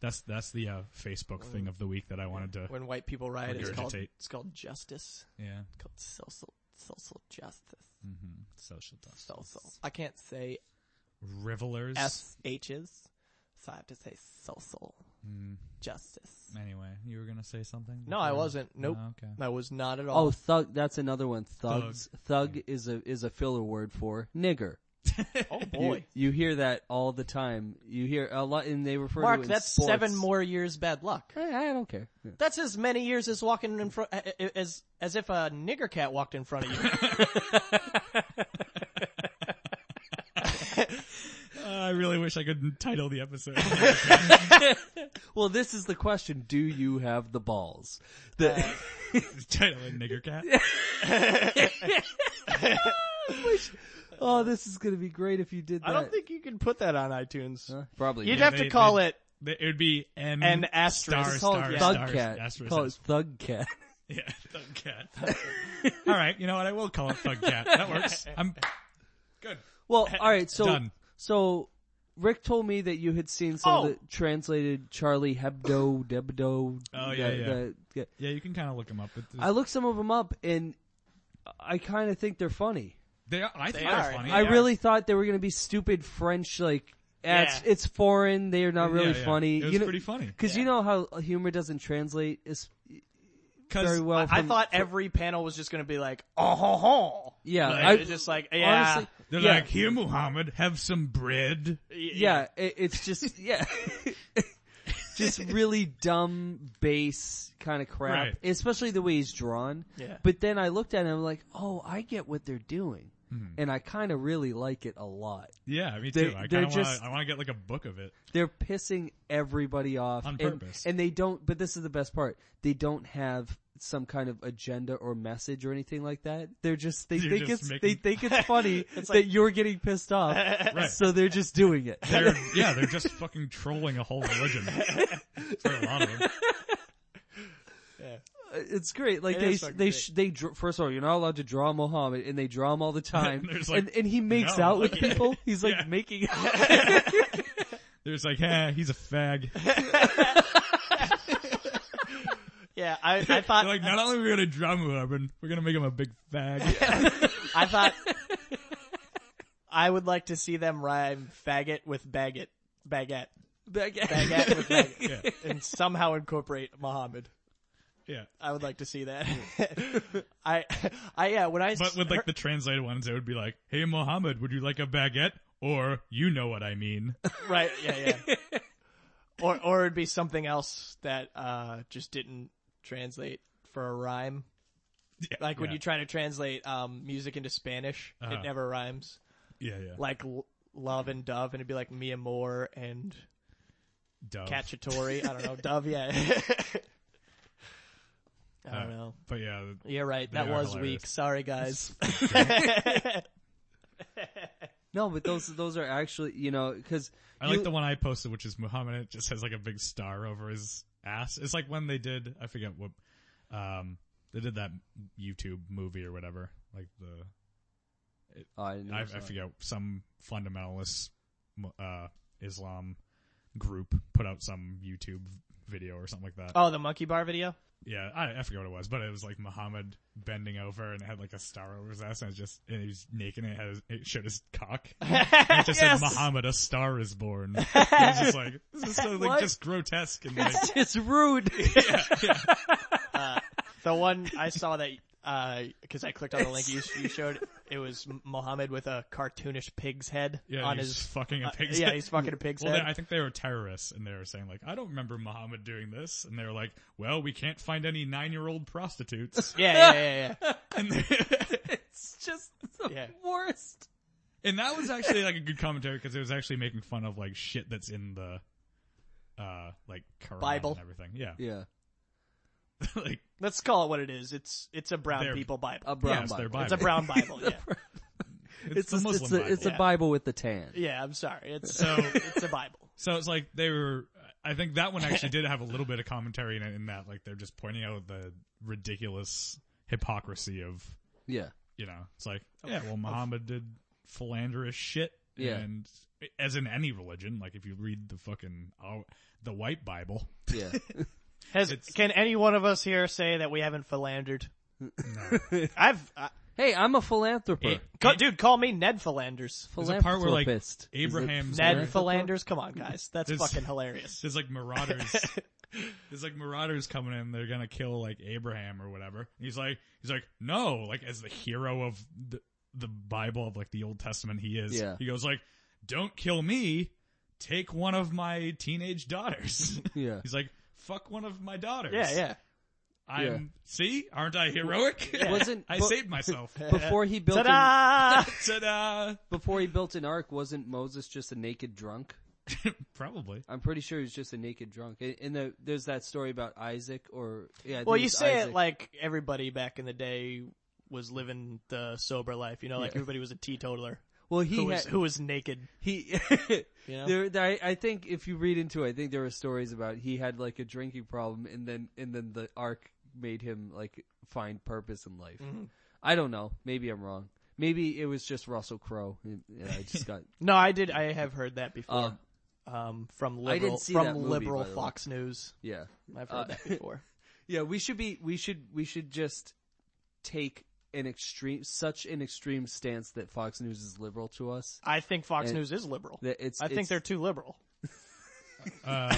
S2: That's that's the uh, Facebook thing of the week that I wanted to.
S3: when white people riot, it's called
S2: Regurgitate.
S3: it's called justice.
S2: Yeah,
S3: It's called social social justice.
S2: hmm social justice.
S3: Social. I can't say
S2: Revelers.
S3: S H's, so I have to say social justice.
S2: Anyway, you were gonna say something?
S3: Hmm. No, I
S2: before?
S3: wasn't. Nope.
S2: Oh, okay.
S3: I was not at all.
S1: Oh, thug. That's another one. Thugs. Thug, is a is a filler word for nigger.
S3: oh
S1: You- You, hear that all the time. You hear a lot, and they refer to it
S3: Mark,
S1: in
S3: that's
S1: sports.
S3: seven more years bad luck.
S1: Eh, I, don't care. Yeah.
S3: That's as many years as walking in front as as if a nigger cat walked in front of you.
S2: Uh, I really wish I could title the episode.
S1: Well, this is the question: Do you have the balls? The,
S3: Uh,
S2: title it Nigger Cat.
S1: oh, this is gonna be great if you did that.
S3: I don't think you can put that on iTunes.
S1: Huh? probably.
S3: You'd
S1: not.
S3: have
S2: they-
S3: to call
S2: they-
S3: it
S2: It would be M
S3: an
S2: star
S3: asterisk.
S1: call
S2: star
S1: it
S2: star
S1: thug cat.
S2: asterisk,
S1: call it
S2: asterisk.
S1: thug cat.
S2: Yeah, Thug Cat. All right, you know what? I will call it Thug Cat. That works. I'm good.
S1: Well, all right. So,
S2: Done.
S1: so Rick told me that you had seen some
S3: Oh.
S1: of the translated Charlie Hebdo, Debdo.
S2: Oh, yeah,
S1: the-
S2: yeah.
S1: the- yeah.
S2: Yeah, you can kind of look them up. But
S1: I looked some of them up, and I kind of think they're funny.
S2: they are, I think
S3: They
S2: they're
S3: are.
S2: funny.
S3: They
S1: I
S3: are.
S1: really thought they were going to be stupid French, like "Ah, it's,
S3: Yeah.
S1: it's foreign. They are not really
S2: Yeah, yeah.
S1: funny.
S2: It was
S1: you know,
S2: pretty funny.
S1: because you know how humor doesn't translate is very
S2: Because
S1: well.
S3: I
S1: from-
S3: thought every panel was just going to be like, oh ho ho.
S1: yeah,
S2: Like,
S1: I,
S3: It's just like, yeah,
S1: honestly,
S2: they're
S1: yeah,
S2: like, here, Muhammad, have some bread.
S1: yeah, it, it's just yeah, just really dumb base kind of crap,
S2: Right.
S1: especially the way he's drawn.
S3: Yeah.
S1: But then I looked at him like, oh, I get what they're doing,
S2: Mm-hmm.
S1: and I kind of really like it a lot.
S2: Yeah, me
S1: They-
S2: too. I
S1: they're
S2: kind of want
S1: just-
S2: to. I want to get like a book of it.
S1: They're pissing everybody off
S2: On
S1: and-
S2: purpose.
S1: and they don't. But this is the best part: they don't have some kind of agenda or message or anything like that. They're just they
S2: You're
S1: think
S2: just
S1: it's
S2: making-
S1: they think it's funny that you're getting pissed off,
S2: Right.
S1: so they're just doing it.
S2: They're yeah, they're just fucking trolling a whole religion. For a lot of them.
S1: It's great. Like
S3: It
S1: they
S3: is
S1: they
S3: fucking
S1: sh- they dr- first of all, you're not allowed to draw Muhammad, and they draw him all the time.
S2: There's
S1: and,
S2: like,
S1: and he makes
S2: no.
S1: out with people. He's like making.
S2: There's like, eh, he's a fag.
S3: yeah. I, I
S2: They're
S3: thought,
S2: like, not only are we gonna drum Muhammad, we're gonna make him a big fag.
S3: I thought, I would like to see them rhyme faggot with baguette, baguette, baguette with baguette,
S2: Yeah,
S3: and somehow incorporate Muhammad.
S2: yeah.
S3: I would like to see that. I, I yeah. When I s-
S2: But with
S3: heard-
S2: like the translated ones, it would be like, hey Muhammad, would you like a baguette? Or you know what I mean.
S3: Right. Yeah. Yeah. or or it'd be something else that uh just didn't translate for a rhyme.
S2: Yeah,
S3: Like when
S2: yeah.
S3: you try to translate um music into Spanish,
S2: Uh-huh.
S3: it never rhymes.
S2: yeah, yeah.
S3: Like l- love and dove, and it'd be like Mia Moore and
S2: Dove.
S3: Cacciatore. I don't know dove. Yeah. I
S2: Uh,
S3: don't know.
S2: But yeah,
S3: You're right.
S2: they
S3: That
S2: are
S3: was
S2: hilarious.
S3: weak. Sorry, guys.
S1: no, but those those are actually you know because
S2: I like the one I posted, which is Muhammad. It just has like a big star over his ass. It's like when they did, I forget what, um, they did that YouTube movie or whatever. Like the,
S1: Oh, I, didn't know
S2: I, I
S1: sorry.
S2: forget some fundamentalist mu- uh, Islam group put out some YouTube video or something like that.
S3: oh, the monkey bar video.
S2: Yeah, I, I forget what it was, but it was like Muhammad bending over and it had like a star over his ass, and it just and he was naked and it, had, it showed his cock. And it just
S3: Yes!
S2: said Muhammad, a star is born. It was just like this is so like
S1: What?
S2: just grotesque and like
S1: It's rude.
S3: The one I saw that because I clicked on the link you, you showed. It was Mohammed with a cartoonish pig's head
S2: Yeah,
S3: on
S2: he's
S3: his.
S2: fucking a
S3: uh,
S2: pig's
S3: yeah,
S2: head.
S3: he's fucking a pig's
S2: Well,
S3: head.
S2: they, I think they were terrorists, and they were saying like, "I don't remember Muhammad doing this," and they were like, "Well, we can't find any nine-year-old prostitutes."
S3: yeah, yeah, yeah, yeah.
S2: and, they-
S1: It's just the
S3: Yeah.
S1: worst.
S2: and that was actually like a good commentary because it was actually making fun of like shit that's in the, uh, like Quran
S3: Bible.
S2: and everything. Yeah,
S1: Yeah,
S2: like
S3: Let's call it what it is. It's it's a brown
S2: They're-
S3: people Bible.
S1: a brown
S2: yes, their
S1: Bible.
S2: Bible.
S3: It's a brown Bible. yeah.
S2: It's, the
S1: a,
S2: Muslim
S1: it's a,
S2: Bible.
S1: It's a
S3: Yeah.
S1: Bible with the tan.
S3: yeah, I'm sorry. It's
S2: So-
S3: it's a Bible.
S2: So it's like they were. I think that one actually did have a little bit of commentary in it. In that, like they're just pointing out the ridiculous hypocrisy of
S1: Yeah.
S2: you know, it's like yeah, well, Muhammad did philanderous shit.
S1: Yeah.
S2: and as in any religion, like if you read the fucking oh, the white Bible,
S1: Yeah.
S3: Has can any one of us here say that we haven't philandered?
S2: no.
S3: I've uh,
S1: hey, I'm a philanthropist.
S2: It-
S3: ca- dude, call me Ned Philanders.
S2: there's a part where like
S1: Philanthropist. Is it
S2: Abraham's
S3: Ned
S2: Philanthropist?
S3: Philanders, come on, guys, that's
S2: There's-
S3: fucking hilarious.
S2: there's like marauders. there's like marauders coming in. They're gonna kill like Abraham or whatever. And he's like, he's like, no, like as the hero of the the Bible of like the Old Testament, he is.
S1: Yeah.
S2: He goes like, don't kill me. Take one of my teenage daughters.
S1: Yeah.
S2: he's like, fuck one of my daughters.
S3: Yeah, yeah.
S2: I'm see, aren't I heroic?
S1: Wasn't-
S2: I
S1: but-
S2: saved myself?
S1: Before he built an,
S3: Ta-da!
S2: Ta-da!
S1: before he built an ark, wasn't Moses just a naked drunk?
S2: Probably.
S1: I'm pretty sure he was just a naked drunk. And, and the, there's that story about Isaac, or yeah. I think
S3: well, you
S1: it's
S3: say
S1: Isaac.
S3: it like everybody back in the day was living the sober life. You know, like
S1: Yeah.
S3: everybody was a teetotaler
S1: well he
S3: who
S1: had,
S3: was who was naked.
S1: he
S3: You know?
S1: there, there- I, I think if you read into it, I think there were stories about he had like a drinking problem, and then and then the ark made him like find purpose in life.
S3: Mm-hmm.
S1: I don't know. Maybe I'm wrong. Maybe it was just Russell Crowe. and- and I just got
S3: No, I did. I have heard that before.
S1: Um,
S3: um, from
S1: I didn't
S3: liberal
S1: see
S3: from
S1: that movie,
S3: liberal
S1: by the way.
S3: Fox News.
S1: yeah,
S3: I've heard
S1: Uh,
S3: that before.
S1: yeah. We should be. We should. We should just take an extreme, such an extreme stance that Fox News is liberal to us.
S3: I think Fox
S1: And
S3: News is liberal.
S1: That it's.
S3: I think
S1: it's-
S3: they're too liberal.
S2: Uh,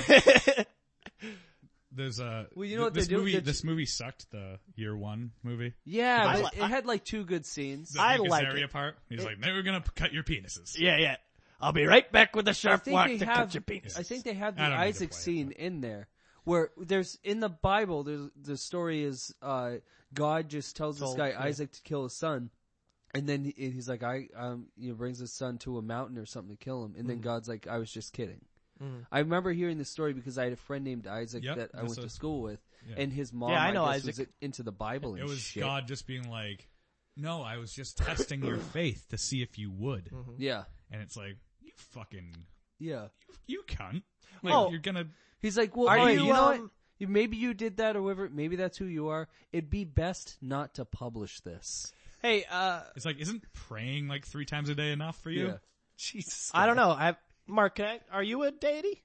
S2: there's a
S1: Well, you know what
S2: this
S1: they do?
S2: movie
S1: They-
S2: this movie sucked the year one movie.
S1: Yeah,
S3: I
S1: but
S3: li- I-
S1: it had like two good scenes.
S2: The
S3: I
S2: Hank
S3: like
S2: Azaria
S3: it.
S2: part. He's like, they were gonna p- cut your penises.
S3: Yeah, yeah. I'll be right back with a sharp
S1: think
S3: rock
S1: they
S3: to
S1: have-
S3: cut your penis.
S1: I think they have the
S2: I don't need to
S1: Isaac
S2: play it,
S1: scene in there where there's in the Bible. There's the story is uh, God just tells this
S3: Told,
S1: guy
S3: yeah.
S1: Isaac to kill his son, and then he- and he's like, I um, you know, brings his son to a mountain or something to kill him, and
S2: Mm.
S1: then God's like, I was just kidding. I remember hearing this story because I had a friend named Isaac
S2: Yep,
S1: that I
S2: that's
S1: went to
S2: what-
S1: school with, and his mom,
S3: Yeah, I
S1: I,
S3: know
S1: guess, was
S3: Isaac.
S1: into the Bible and
S2: It was
S1: shit.
S2: God just being like, no, I was just testing your faith to see if you would.
S3: Mm-hmm.
S1: Yeah,
S2: And it's like, you fucking,
S1: yeah.
S2: you cunt. Like,
S3: Oh.
S2: you're gonna,
S1: He's like, well,
S3: Are
S1: all right,
S3: you,
S1: you, know what?
S3: um,
S1: You- Maybe you did that or whatever. Maybe that's who you are. It'd be best not to publish this.
S3: Hey, uh,
S2: it's like, isn't praying like three times a day enough for you?
S1: Jesus.
S3: I don't know. I Mark, can I, are you a deity?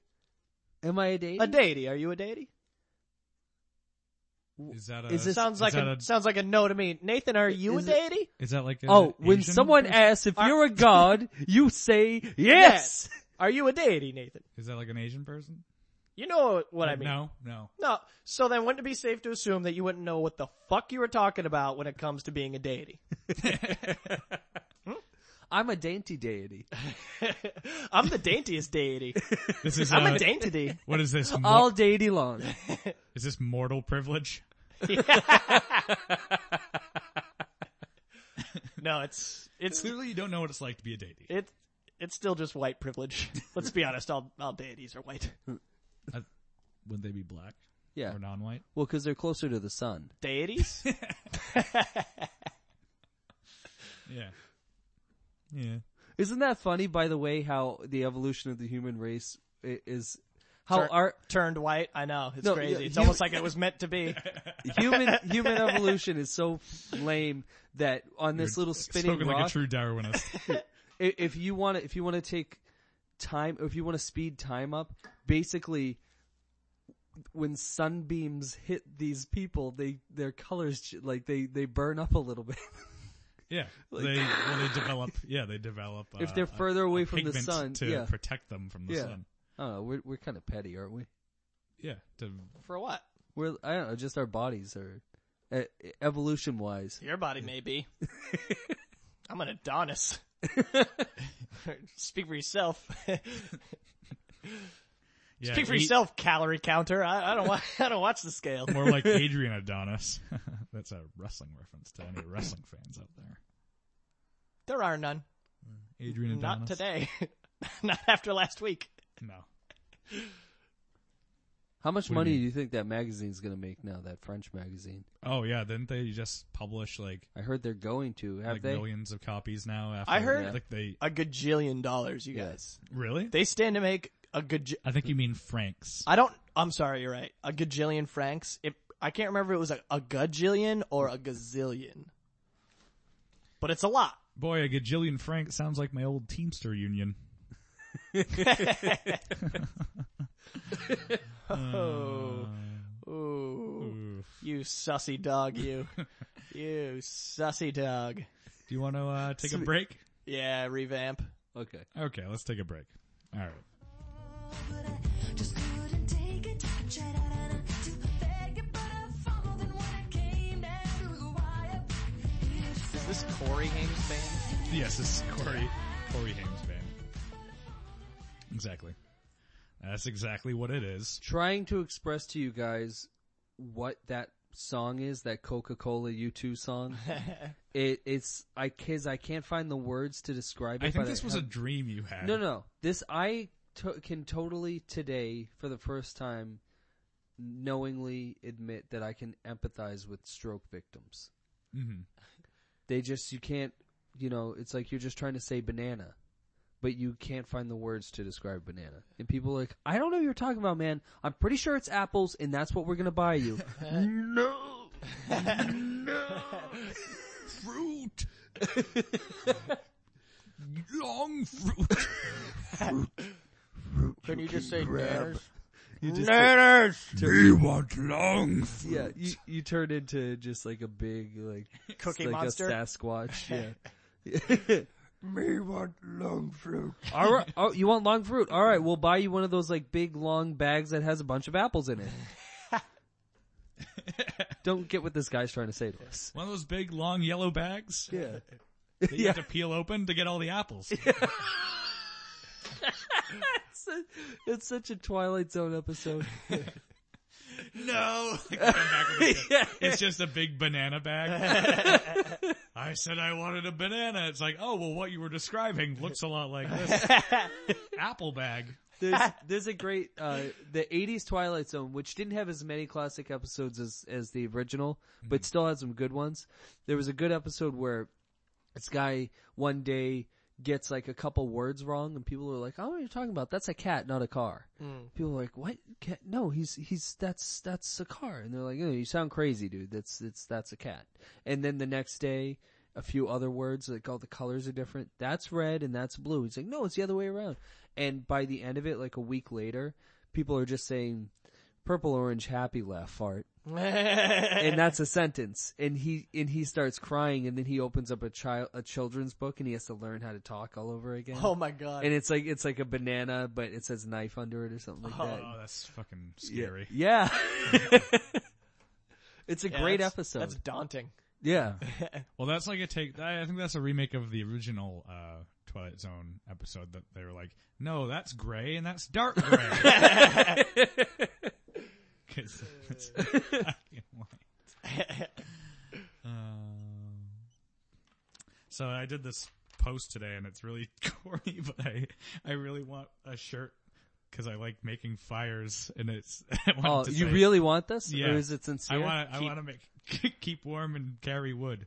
S1: Am I a date?
S3: A deity? Are you a deity?
S2: Is that a,
S1: Uh, Is this-
S3: Sounds like
S2: that
S3: a,
S2: a-
S3: sounds like a no to me. Nathan, are you
S1: Is
S3: a
S1: it-
S3: deity?
S2: is that like a
S1: Oh, when
S2: Asian
S1: someone
S2: person?
S1: asks if
S3: Are-
S1: you're a god, you say yes.
S3: Are you a deity, Nathan?
S2: is that like an Asian person?
S3: You know what I mean.
S2: No, no.
S3: No. So then wouldn't it be safe to assume that you wouldn't know what the fuck you were talking about when it comes to being a deity?
S1: I'm a dainty deity.
S3: I'm the daintiest deity.
S2: This is,
S3: I'm
S2: uh,
S3: a daintity.
S2: what is this? Mor-
S1: All deity long.
S2: is this mortal privilege?
S3: No, it's, it's,
S2: Clearly you don't know what it's like to be a deity.
S3: it, it's still just white privilege. Let's be honest, all, all deities are white.
S2: Would they be black
S1: Yeah.
S2: or non-white?
S1: Well, because they're closer to the sun.
S3: Deities?
S2: Yeah. Yeah.
S1: Isn't that funny, by the way, how the evolution of the human race i- is how
S3: Tur-
S1: our
S3: turned white. I know. It's
S1: No,
S3: crazy.
S1: yeah,
S3: it's
S1: you-
S3: almost like it was meant to be.
S1: human human evolution is so lame that on this little spinning
S2: Spoken
S1: rock,
S2: like a true Darwinist.
S1: i- if you want to if you want to take time if you want to speed time up basically when sunbeams hit these people they their colors ch- like they they burn up a little bit
S2: Yeah, they well, they develop. Yeah, they develop. Uh,
S1: If they're
S2: a-
S1: further
S2: a
S1: away from the
S2: pigment
S1: sun,
S2: to
S1: yeah.
S2: protect them from the
S1: Yeah.
S2: sun.
S1: i don't know we're, we're kind of petty aren't we
S2: Yeah, to
S3: For what?
S1: we're i don't know just our bodies are uh, evolution wise.
S3: Your body may be. I'm an Adonis. Speak for yourself.
S2: Yeah,
S3: Speak for
S2: he-
S3: yourself, calorie counter. I, I don't. Wa- I don't watch the scale.
S2: More like Adrian Adonis. That's a wrestling reference to any wrestling fans out there.
S3: There are none.
S2: Adrian Adonis.
S3: Not today. Not after last week.
S2: No.
S1: How much
S2: What do you
S1: money do
S2: mean?
S1: you think that magazine's going to make now? That French magazine.
S2: Oh yeah, didn't they just publish like
S1: I heard they're going to. Have
S2: like
S1: they?
S2: millions of copies now? After
S3: I heard-
S2: like they
S3: A gajillion dollars, you guys.
S2: really.
S3: They stand to make a gaj.
S2: I think you mean Franks.
S3: I don't. I'm sorry. You're right. A gajillion francs. If I can't remember, if it was a, a gajillion or a gazillion. But it's a lot.
S2: Boy, a gajillion francs sounds like my old Teamster union.
S3: Oh. Ooh.
S2: Oof.
S3: You sussy dog, you. you sussy dog.
S2: Do you want to uh, take a break?
S3: Yeah, revamp.
S1: Okay.
S2: Okay, let's take a break. All right.
S4: But I just couldn't take it. I tried out and I to beg it, but I fumbled and when I came down to the wire, it
S3: Is this Corey Haim's band?
S2: Yes, this is Corey Corey Haim's band. Exactly. That's exactly what it is.
S1: Trying to express to you guys what that song is, that Coca-Cola U2 song. it it's I cuz I can't find the words to describe it.
S2: I think
S1: but
S2: this was a
S1: have-
S2: dream you had.
S1: No, no. This I to- can totally today for the first time knowingly admit that I can empathize with stroke victims. Mm-hmm.
S2: hmm
S1: They just you can't, you know, it's like you're just trying to say banana, but you can't find the words to describe banana. And people are like, "I don't know what you're talking about, man. I'm pretty sure it's apples and that's what we're going to buy you."
S5: No.
S2: Fruit. Long fruit.
S3: Can you just say Nanners?
S1: You just
S2: We want long fruit.
S1: yeah, you you turn into just like a big like
S3: Cookie
S1: like
S3: Monster?
S1: a Sasquatch. Yeah.
S2: We want long fruit.
S1: All right. Oh, you want long fruit? All right. We'll buy you one of those like big long bags that has a bunch of apples in it. Don't get what this guy's trying to say to us.
S2: One of those big long yellow bags
S1: Yeah.
S2: that you have to peel open to get all the apples.
S1: It's, a- it's such a Twilight Zone episode.
S2: No. Come back with it. It's just a big banana bag. I said I wanted a banana. It's like, oh, well, what you were describing looks a lot like this apple bag.
S1: There's, there's a great, uh, the 80s Twilight Zone, which didn't have as many classic episodes as, as the original, but still had some good ones. There was a good episode where this guy one day gets like a couple words wrong and people are like, oh, what are you talking about? That's a cat, not a car. People are like, what? Cat? No, he's, he's, that's, that's a car. And they're like, oh, you sound crazy, dude. That's, it's, that's a cat. And then the next day, a few other words, like all the colors are different. That's red and that's blue. He's like, no, it's the other way around. And by the end of it, like a week later, people are just saying purple, orange, happy, laugh, fart and that's a sentence. And he and he starts crying, and then he opens up a child a children's book, and he has to learn how to talk all over again.
S3: oh my god.
S1: And it's like it's like a banana, but it says knife under it or something like that.
S2: Oh, that's fucking scary.
S1: Yeah, it's a
S3: Yeah,
S1: great
S3: that's-
S1: episode.
S3: That's daunting.
S1: yeah,
S2: Well, that's like a take. I I think that's a remake of the original uh, Twilight Zone episode that they were like, no, that's gray and that's dark gray. 'Cause it's black and white. Um, so I did this post today, and it's really corny, but I I really want a shirt because I like making fires, and it's. I wanted
S1: Oh,
S2: to
S1: you
S2: say-
S1: really want this,
S2: Yeah.
S1: or is it
S2: I
S1: sincere?
S2: want. I want to make keep warm and carry wood.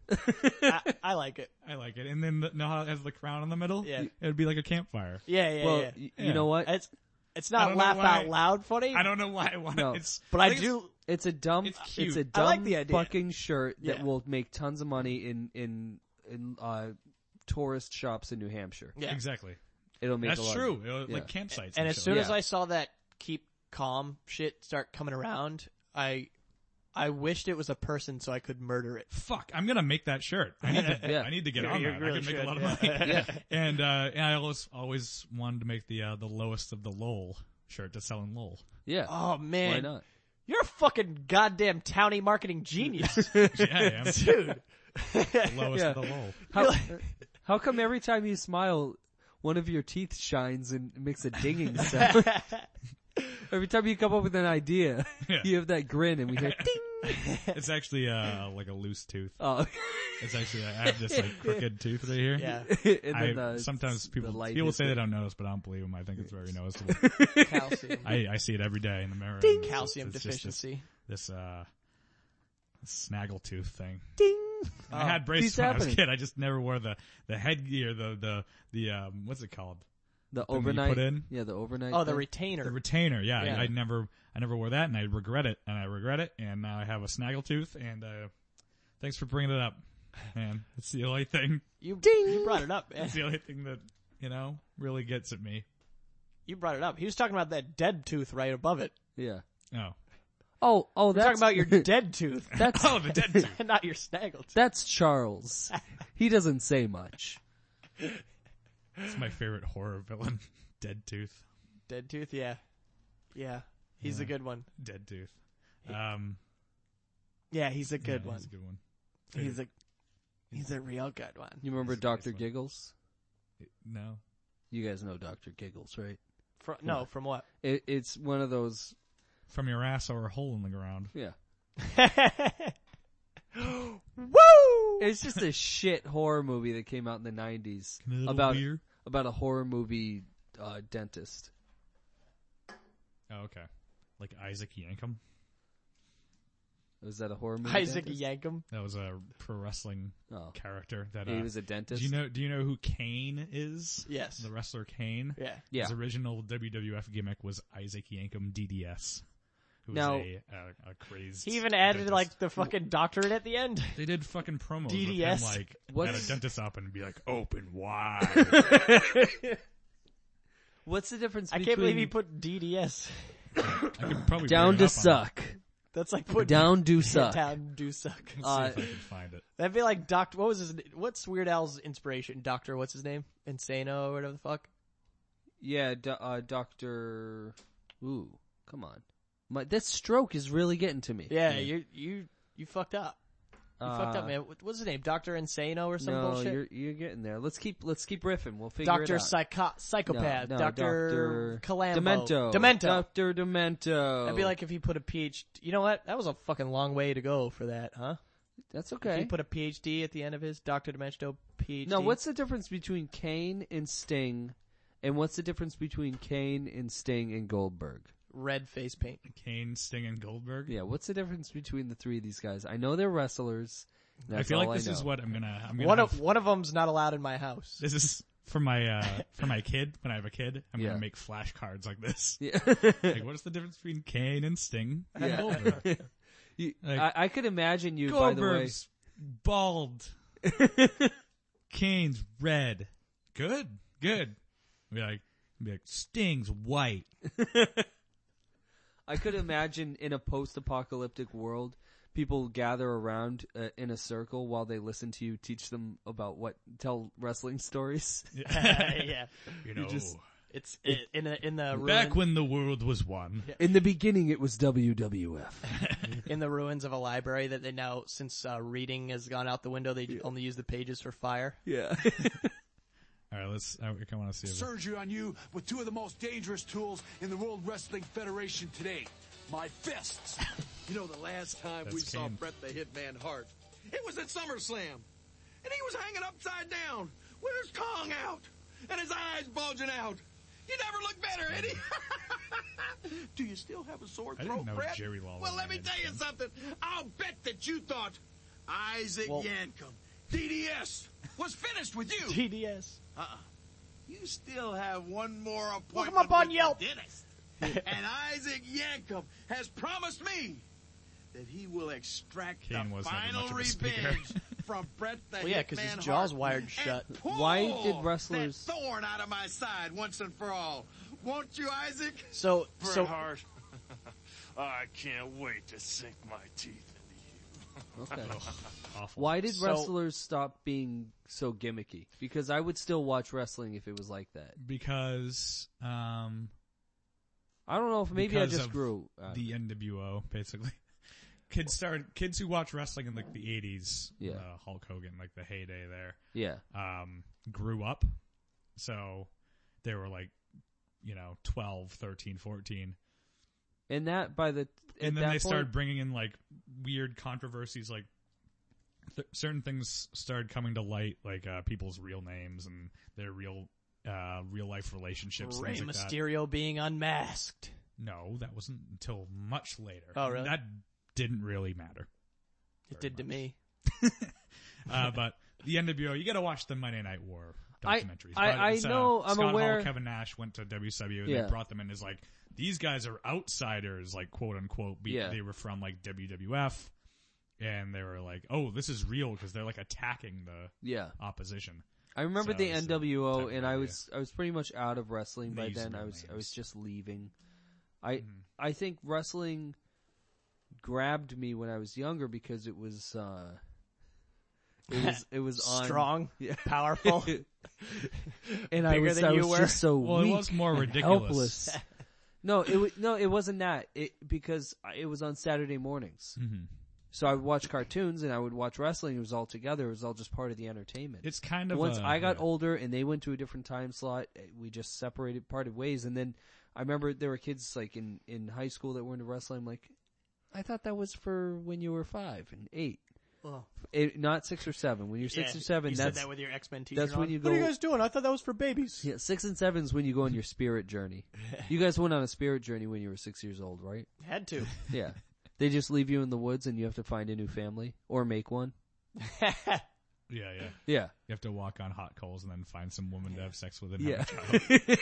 S3: I, I like it.
S2: I like it. And then the, know how it has the crown in the middle?
S3: Yeah.
S2: It'd be like a campfire.
S3: Yeah, yeah,
S1: well,
S3: yeah.
S1: y-
S2: Yeah.
S1: you know what?
S3: It's it's
S2: I
S3: not
S2: don't know
S3: laugh
S2: why-
S3: out loud funny.
S2: I don't know why I want
S1: No.
S2: it. It's,
S3: But I
S2: think it's-
S3: do.
S1: It's a dumb,
S2: It's
S1: it's,
S2: cute.
S1: a
S3: I
S1: dumb
S3: like the idea.
S1: fucking shirt that
S3: Yeah.
S1: will make tons of money in in in uh, tourist shops in New Hampshire.
S3: Yeah.
S2: Exactly.
S1: It'll make a
S2: That's
S1: lot of-
S2: true. It'll- Like
S1: Yeah.
S2: campsites.
S3: And as
S2: shit.
S3: soon as
S1: Yeah.
S3: I saw that keep calm shit start coming around, I I wished it was a person so I could murder it.
S2: Fuck, I'm gonna make that shirt. I need to,
S1: Yeah.
S2: I need to get
S3: You-
S2: on
S3: you
S2: that. I
S3: really
S2: can make
S3: should,
S2: a lot of money.
S3: yeah.
S2: And, uh, and I always, always wanted to make the, uh, the lowest of the LOL shirt to sell in LOL.
S1: Yeah.
S3: Oh man.
S1: Why not?
S3: You're a fucking goddamn townie marketing genius,
S2: Yeah, yeah.
S3: dude.
S2: lowest
S1: Yeah.
S2: of the low.
S1: How, how come every time you smile, one of your teeth shines and makes a dinging sound? every time you come up with an idea,
S2: Yeah.
S1: you have that grin and we hear ding.
S2: It's actually uh like a loose tooth.
S1: Oh,
S2: It's actually I have this like crooked tooth right here.
S3: yeah,
S1: and
S2: I,
S1: then the,
S2: sometimes
S1: the
S2: people
S1: light
S2: people
S1: hits
S2: say
S1: it.
S2: they don't notice, but I don't believe them. I think it's very noticeable.
S3: calcium,
S2: I, I see it every day in the mirror. and it's just-
S3: calcium
S2: it's just this-
S3: deficiency.
S2: This, uh, snaggle tooth thing.
S1: ding.
S2: I
S3: Oh,
S2: had braces
S1: keeps
S2: when I was a
S1: happening.
S2: kid. I just never wore the the headgear, the the the um, what's it called?
S1: The
S2: you
S1: overnight.
S2: put in?
S1: Yeah, the overnight.
S3: Oh, the
S1: thing.
S2: The
S3: retainer.
S2: retainer. Yeah,
S3: Yeah.
S2: I, I never I never wore that, and I regret it, and I regret it, and now I have a snaggle tooth. And uh, thanks for bringing it up, man. It's the only thing.
S3: you you brought it up, man.
S2: It's the only thing that you know really gets at me.
S3: You brought it up. He was talking about that dead tooth right above it.
S1: yeah.
S2: Oh,
S1: Oh, oh,
S3: We're
S1: that's
S3: talking about your dead tooth,
S1: that's
S2: oh, the dead tooth.
S3: not your snaggle tooth.
S1: that's Charles. He doesn't say much.
S2: It's my favorite horror villain. Dead tooth.
S3: Dead tooth, yeah, yeah. He's a good one.
S2: Dead tooth. Um,
S3: Yeah, he's a good
S2: yeah,
S3: one.
S2: That's a good one.
S3: He's a he's a real good one.
S1: You remember
S2: That's a nice
S1: Doctor
S2: one.
S1: Giggles?
S2: No.
S1: You guys know Doctor Giggles, right?
S3: Fro- no, from what?
S1: It, it's one of those.
S2: From your ass or a hole in the ground.
S1: Yeah.
S3: Woo!
S1: It's just a shit horror movie that came out in the nineties
S2: A little
S1: about
S2: beer.
S1: about a horror movie uh, dentist.
S2: Oh, okay. Like Isaac Yankum.
S1: Was that a horror movie?
S3: Isaac
S1: dentist?
S3: Yankum.
S2: That was a pro wrestling
S1: Oh,
S2: character. That
S1: he
S2: uh,
S1: was a
S2: do
S1: dentist.
S2: you know? Do you know who Kane is?
S3: Yes.
S2: The wrestler Kane.
S3: Yeah.
S1: Yeah.
S2: His original WWF gimmick was Isaac Yankum DDS, who
S1: Now-
S2: was a, a, a crazy.
S3: He even added like the fucking doctorate at the end.
S2: They did fucking promos with
S3: DDS?
S2: him, like at
S1: What's-
S2: a dentist up and be like, "Open wide."
S1: What's the difference?
S3: I
S1: between
S3: can't believe he put DDS.
S2: I could probably bring
S1: down
S2: it
S1: to
S2: up
S1: suck,
S3: That's like putting
S1: down do suck.
S3: Town do suck.
S2: On,
S1: Uh,
S2: see if I can find it.
S3: That'd be like Doctor. What was his? What's Weird Al's inspiration? Doctor. What's his name? Insano or whatever the fuck.
S1: Yeah, do, uh, Doctor. Ooh, come on. My that stroke is really getting to me.
S3: Yeah, you you you fucked up. You
S1: Uh,
S3: fucked up, man. What, what's his name? Doctor Insano or some
S1: no,
S3: bullshit.
S1: you're you're getting there. Let's keep let's keep riffing. We'll figure
S3: Doctor
S1: it out.
S3: Psycho- Psychopath.
S1: No, no,
S3: Doctor
S1: Dr.
S3: Calambo.
S1: Demento.
S3: Demento.
S1: Doctor Demento.
S3: That'd be like if he put a PhD. You know what? That was a fucking long way to go for that, huh?
S1: that's
S3: If
S1: okay.
S3: he put a PhD at the end of his Doctor Demento PhD.
S1: No, what's the difference between Kane and Sting, and what's the difference between Kane and Sting and Goldberg?
S3: red face paint?
S2: Kane, Sting, and Goldberg.
S1: Yeah, what's the difference between the three of these guys? I know they're wrestlers. and
S2: I
S1: That's
S2: feel
S1: all
S2: like this
S1: I know.
S2: is what I'm gonna. I'm gonna
S3: One
S2: have-
S3: of one of them's not allowed in my house.
S2: This is for my uh for my kid when I have a kid. I'm
S1: Yeah.
S2: gonna make flashcards like this.
S1: Yeah.
S2: Like, what is the difference between Kane and Sting and
S1: Yeah.
S2: Goldberg?
S1: You-
S2: Like-
S1: I, I could imagine you.
S2: Goldberg's bald. Kane's red. Good, good. Be like, be like, Sting's white.
S1: By the way, I could imagine in a post-apocalyptic world, people gather around uh, in a circle while they listen to you teach them about what tell wrestling stories.
S3: yeah,
S2: You know,
S1: just-
S3: it's it, in the in the
S2: back
S3: ruin,
S2: when the world was one.
S1: In the beginning, it was WWF.
S3: in the ruins of a library that they now since uh, reading has gone out the window. They only use the pages for fire.
S1: Yeah.
S2: All right, let's. I, I want to see. It.
S6: surgery on you with two of the most dangerous tools in the World Wrestling Federation today. My fists. You know, the last time we
S2: That's
S6: saw
S2: Kane.
S6: Brett the Hitman Hart, it was at SummerSlam. And he was hanging upside down with his tongue out and his eyes bulging out. You never look better, Eddie. Do you still have a sore
S2: I didn't
S6: throat,
S2: know
S6: Brett?
S2: Jerry Lawler
S6: well, let me
S2: had
S6: tell you something. I'll bet that you thought Isaac
S3: Well-
S6: Yankum, DDS, was finished with you.
S3: TDS.
S6: You still have one more appointment
S3: Look 'em up on
S6: with
S3: Yelp.
S6: the dentist. and Isaac Yankum has promised me that he will extract
S2: Kane
S6: the
S2: was never
S6: final
S2: much of a speaker.
S6: revenge from Brett the
S3: Well, yeah, 'cause
S6: because
S3: his jaw's wired shut.
S1: Why did wrestlers-
S6: that thorn out of my side once and for all? Won't you, Isaac?
S3: So
S7: Bret
S3: so
S7: Hart, I can't wait to sink my teeth into you.
S1: Okay.
S2: Awful.
S1: Why did
S3: So-
S1: wrestlers stop being so gimmicky? Because I would still watch wrestling if it was like that.
S2: because um
S1: I don't know if maybe I
S2: because
S1: just
S2: of
S1: grew. uh, I don't
S2: the NWO basically. Kids started kids who watch wrestling in like the eighties,
S1: Yeah.
S2: uh, Hulk Hogan, like the heyday there,
S1: Yeah.
S2: um, grew up. So they were like, you know, 12, 13, 14.
S1: And that by the at
S2: and then
S1: that
S2: they
S1: point,
S2: started bringing in like weird controversies, like th- certain things started coming to light, like uh, people's real names and their real uh, real life relationships.
S3: Rey
S2: things like that.
S3: Mysterio being unmasked.
S2: No, that wasn't until much later.
S3: Oh, really?
S2: That didn't really matter.
S3: It did to me.
S2: Uh, but the NWO, you got to watch the Monday Night War
S1: I-
S2: documentaries.
S1: I-
S2: But
S1: I
S2: it's, uh,
S1: know, I'm
S2: Scott
S1: aware-
S2: Hall, Kevin Nash went to WCW. and
S1: Yeah.
S2: They brought them in as like these guys are outsiders, like quote unquote. Be-
S1: Yeah.
S2: They were from like WWF, and they were like, oh, this is real because they're like attacking the
S1: Yeah.
S2: opposition.
S1: I remember
S2: So
S1: the
S2: it's a type
S1: NWO,
S2: of
S1: and I
S2: idea.
S1: was I was pretty much out of wrestling by
S2: They use
S1: then. I
S2: middle
S1: was I was
S2: names.
S1: just leaving. I
S2: Mm-hmm.
S1: I think wrestling grabbed me when I was younger because it was uh, it was it was on
S3: Strong,
S1: Yeah.
S3: powerful.
S1: and I
S3: Bigger
S1: was
S3: than
S1: I
S3: you
S1: was
S3: were?
S1: just so
S2: Well,
S1: weak
S2: it was more
S1: and
S2: ridiculous.
S1: helpless. No, it wa- no, it wasn't that. It because I- it was on Saturday mornings,
S2: Mhm.
S1: so I would watch cartoons and I would watch wrestling. It was all together. It was all just part of the entertainment.
S2: It's kind of
S1: once
S2: a-
S1: I got
S2: yeah.
S1: older and they went to a different time slot, eh, we just separated, parted ways. And then I remember there were kids like in in high school that were into wrestling. I'm like, I thought that was for when you were five and eight,
S3: Well,
S1: it, not six or seven. When you're six
S3: yeah,
S1: and seven,
S3: you said
S1: that's
S3: that with your X Men t-shirt
S1: that's when
S3: on.
S1: you
S3: What are you
S1: go-
S3: guys doing? I thought that was for babies.
S1: yeah, six and seven's when you go on your spirit journey. You guys went on a spirit journey when you were six years old, right?
S3: Had to.
S1: Yeah. They just leave you in the woods and you have to find a new family or make one.
S2: Yeah, yeah.
S1: Yeah.
S2: You have to walk on hot coals and then find some woman to have sex with. And have a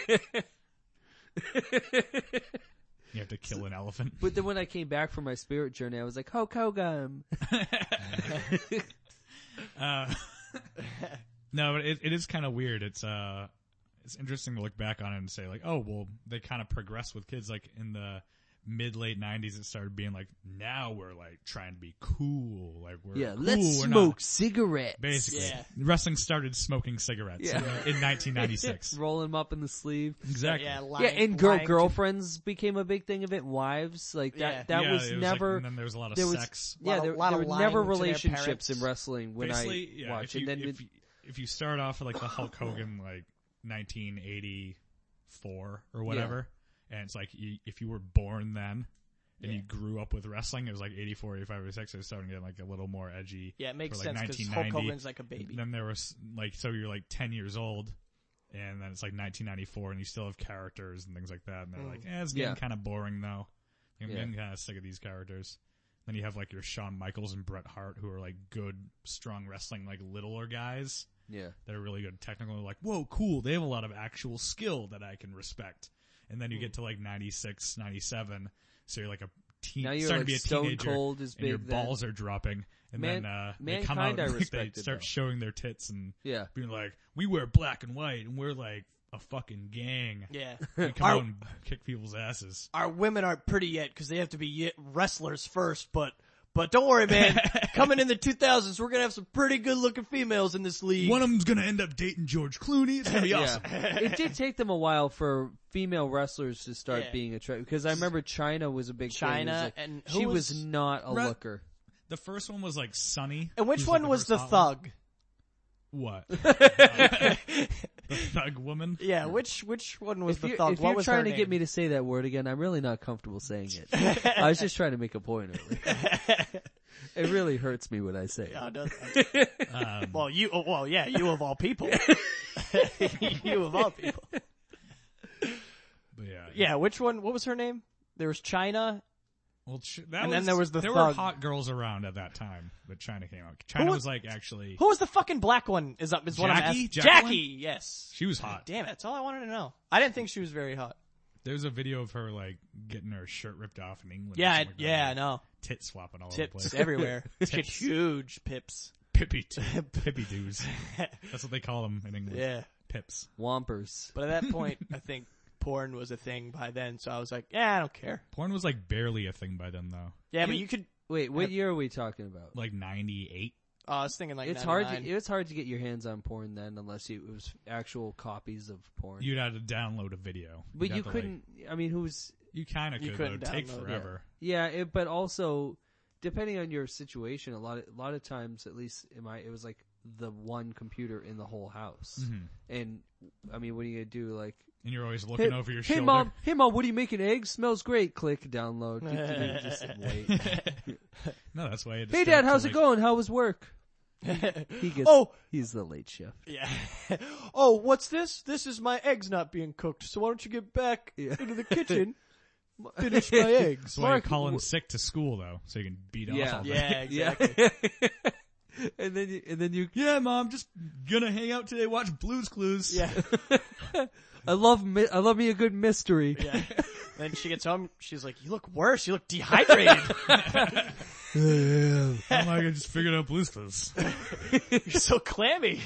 S1: Yeah.
S2: child. You have to kill an elephant.
S1: but then when I came back from my spirit journey, I was like, Hulk Hogan.
S2: Uh, no, but it, it is kind of weird. It's uh, it's interesting to look back on it and say like, oh, well, they kind of progress with kids. Like in the mid late '90s, it started being like, now we're like trying to be cool. Like we're
S1: Yeah,
S2: cool,
S1: let's
S2: we're not-
S1: smoke cigarettes.
S2: Basically,
S3: Yeah.
S2: wrestling started smoking cigarettes
S1: Yeah.
S2: in, in 1996.
S1: Roll them up in the sleeve.
S2: exactly.
S3: yeah, lying,
S1: Yeah, and girl,
S3: lying to-
S1: girlfriends became a big thing of it. Wives, like that,
S3: Yeah.
S1: that
S2: Yeah,
S1: was
S2: it like-
S1: never,
S2: and then there was a lot of
S1: there was-
S2: sex.
S1: yeah,
S3: Lot of-
S1: there,
S3: lot
S1: there
S3: of
S1: were
S3: lying
S1: never
S3: to their
S1: relationships
S3: parents.
S1: in wrestling when
S2: Basically,
S1: I
S2: yeah,
S1: watch.
S2: if you,
S1: and then
S2: if,
S1: it-
S2: you, if you start off with like the Hulk Hogan like 1984 or whatever, and it's like you, if you were born then and you grew up with wrestling, it was like 84, 85, or 6, it was starting to get like a little more edgy.
S3: Yeah, it makes
S2: for, like,
S3: sense because Hulk
S2: 1990.
S3: Hogan's like a baby.
S2: Then there was like so you're like 10 years old. And then it's like 1994, and you still have characters and things like that. And they're like, eh, it's getting
S1: Mm. Yeah.
S2: kind of boring though. I'm
S1: Yeah.
S2: getting kind of sick of these characters. Then you have like your Shawn Michaels and Bret Hart, who are like good, strong wrestling, like littler guys
S1: yeah,
S2: that are really good technical. Like, whoa, cool! They have a lot of actual skill that I can respect. And
S1: Hmm.
S2: then you get to like 96, 97, so you're like a teen,
S1: Now you're,
S2: starting
S1: like,
S2: to be a
S1: Stone
S2: teenager,
S1: Cold is
S2: and your
S1: big then.
S2: balls are dropping. And
S1: Man-
S2: then uh, they come out,
S1: Mankind I
S2: and they
S1: respected,
S2: start
S1: though.
S2: showing their tits and
S1: yeah.
S2: being like, "We wear black and white, and we're like a fucking gang.
S3: Yeah.
S2: We come out and kick people's asses."
S3: Our women aren't pretty yet because they have to be ye- wrestlers first, but. But don't worry, man. Coming in the 2000s, we're gonna have some pretty good-looking females in this league.
S2: One of them's gonna end up dating George Clooney. It's gonna be awesome.
S1: Yeah. it did take them a while for female wrestlers to start
S3: Yeah.
S1: being attractive because I remember China was a big thing. It was
S3: Chyna
S1: like-
S3: and who
S1: she was,
S3: was-
S1: not a
S2: Re-
S1: looker.
S2: The first one was like Sunny.
S3: and which
S2: who's, like,
S3: one was
S2: first
S3: the
S2: hot one.
S3: thug?
S2: What? the thug woman.
S3: Yeah, which which one was
S1: If,
S3: the
S1: you,
S3: thug?
S1: if
S3: what
S1: you're
S3: was her
S1: trying to
S3: name?
S1: get me to say that word again, I'm really not comfortable saying it. I was just trying to make a point. Earlier. it really hurts me when I say it.
S3: Oh, does
S2: Um,
S3: well, you. Oh, well, yeah, you of all people. you of all people.
S2: But yeah.
S3: Yeah, which one? What was her name? There was China.
S2: Well, ch- that
S3: And
S2: was,
S3: then there was the
S2: there were
S3: thug.
S2: hot girls around at that time that China came out. China
S3: was-
S2: was, like actually
S3: Who was the fucking black one? Is up? Is what I'm
S2: Jackie?
S3: asking.
S2: Jacqueline?
S3: Jackie. Yes.
S2: she was hot.
S3: Damn it! That's all I wanted to know. I didn't think she was very hot.
S2: There's a video of her like getting her shirt ripped off in England. or
S3: Yeah, I,
S2: something like that,
S3: yeah, I
S2: like,
S3: know.
S2: Tits flopping all over the
S3: Tips
S2: place.
S3: everywhere.
S2: Tips.
S3: Huge pips.
S2: Pippy, t- pippy dudes. That's what they call them in England.
S3: Yeah.
S2: Pips.
S1: Wompers.
S3: But at that point, I think porn was a thing by then, so I was like, yeah, I don't care.
S2: Porn was like barely a thing by then though.
S3: Yeah, but you could.
S1: Wait, what year are we talking about?
S2: Like 98.
S3: Oh, I was thinking like
S1: It's hard. To,
S3: 99.
S1: it was hard to get your hands on porn then, unless you, it was actual copies of porn.
S2: You'd have to download a video.
S1: but
S2: You'd have
S1: you
S2: to, like-
S1: couldn't. I mean, who's
S2: You kind of
S3: You
S2: could
S3: couldn't
S2: though. Take
S3: download it.
S2: forever.
S1: Yeah, it, but also depending on your situation, a lot of, a lot of times, at least in my, it was like the one computer in the whole house. And I mean, what are you gonna do? Like,
S2: And you're always looking Mm-hmm. over your shoulder.
S1: mom, hey mom, what are you making? Eggs smells great. Click download. Just wait.
S2: No, that's why. It
S1: hey
S2: just
S1: dad,
S2: don't
S1: how's
S2: like-
S1: it going? How was work? He gets.
S3: Oh.
S1: he's the late shift.
S3: Yeah. oh, what's this? This is my eggs not being cooked. So why don't you get back
S1: Yeah.
S3: into the kitchen, finish my eggs?
S2: That's why you're
S1: Mark,
S2: calling
S1: w-
S2: sick to school though, so you can beat off
S1: Yeah.
S2: all day.
S3: Yeah,
S1: Yeah. and then you, and then you.
S2: Yeah, mom, just gonna hang out today, watch Blues Clues.
S3: Yeah.
S1: I love mi- I love me a good mystery.
S3: yeah. Then she gets home. She's like, "You look worse. You look dehydrated.
S2: I'm like, I just figured out Blues Clues.
S3: You're so clammy."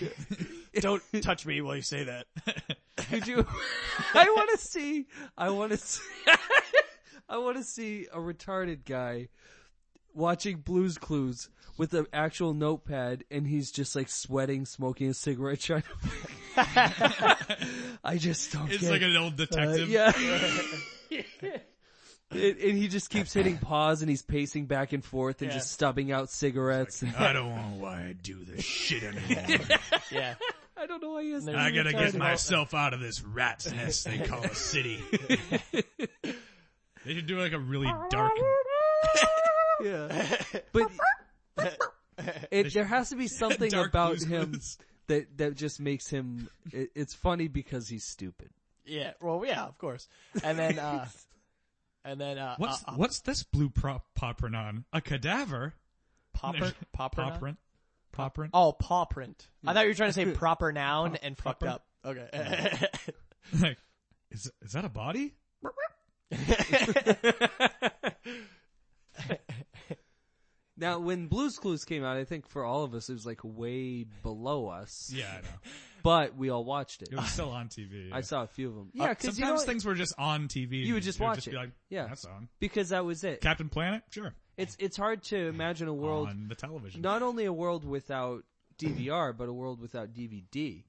S3: Don't touch me while you say that.
S1: Did you? I want to see. I want to see. I want to see a retarded guy watching Blue's Clues with an actual notepad, and he's just like sweating, smoking a cigarette, trying to. I just don't
S2: It's
S1: get
S2: like
S1: it.
S2: an old detective.
S1: Uh, yeah. And and he just keeps hitting pause and he's pacing back and forth and
S3: Yeah.
S1: just stubbing out cigarettes.
S2: I don't know why I do this shit anymore.
S3: Yeah.
S1: I don't know why he has to
S2: I
S1: be
S2: gotta
S1: retarded.
S2: get myself out of this rat's nest they call a city. they should do like a really dark.
S1: Yeah. But it, there has to be something
S2: Dark
S1: about
S2: Blues
S1: him
S2: Clues.
S1: that that just makes him it, it's funny because he's stupid.
S3: Yeah. Well, yeah, of course. And then, uh, and then, uh,
S2: What's
S3: uh, uh,
S2: what's this blue prop poprnon? A cadaver?
S3: popper, popper, now?
S2: Popprint? Popprint?
S3: Oh, paw print. I thought you were trying to say proper noun and fucked up. Okay.
S2: Like, is is that a body?
S1: Now, when Blue's Clues came out, I think for all of us it was like way below us,
S2: Yeah, I know.
S1: but we all watched it.
S2: It was still on TV.
S1: I saw a few of them. Yeah, because
S2: uh, Sometimes
S1: you know, what?
S2: things were just on TV.
S1: You would just
S2: It
S1: watch it.
S2: Be like,
S1: Yeah.
S2: that's on.
S1: because that was it.
S2: Captain Planet, sure,
S1: It's it's hard to imagine a world
S2: on the television.
S1: not only a world without DVR, but a world without DVD.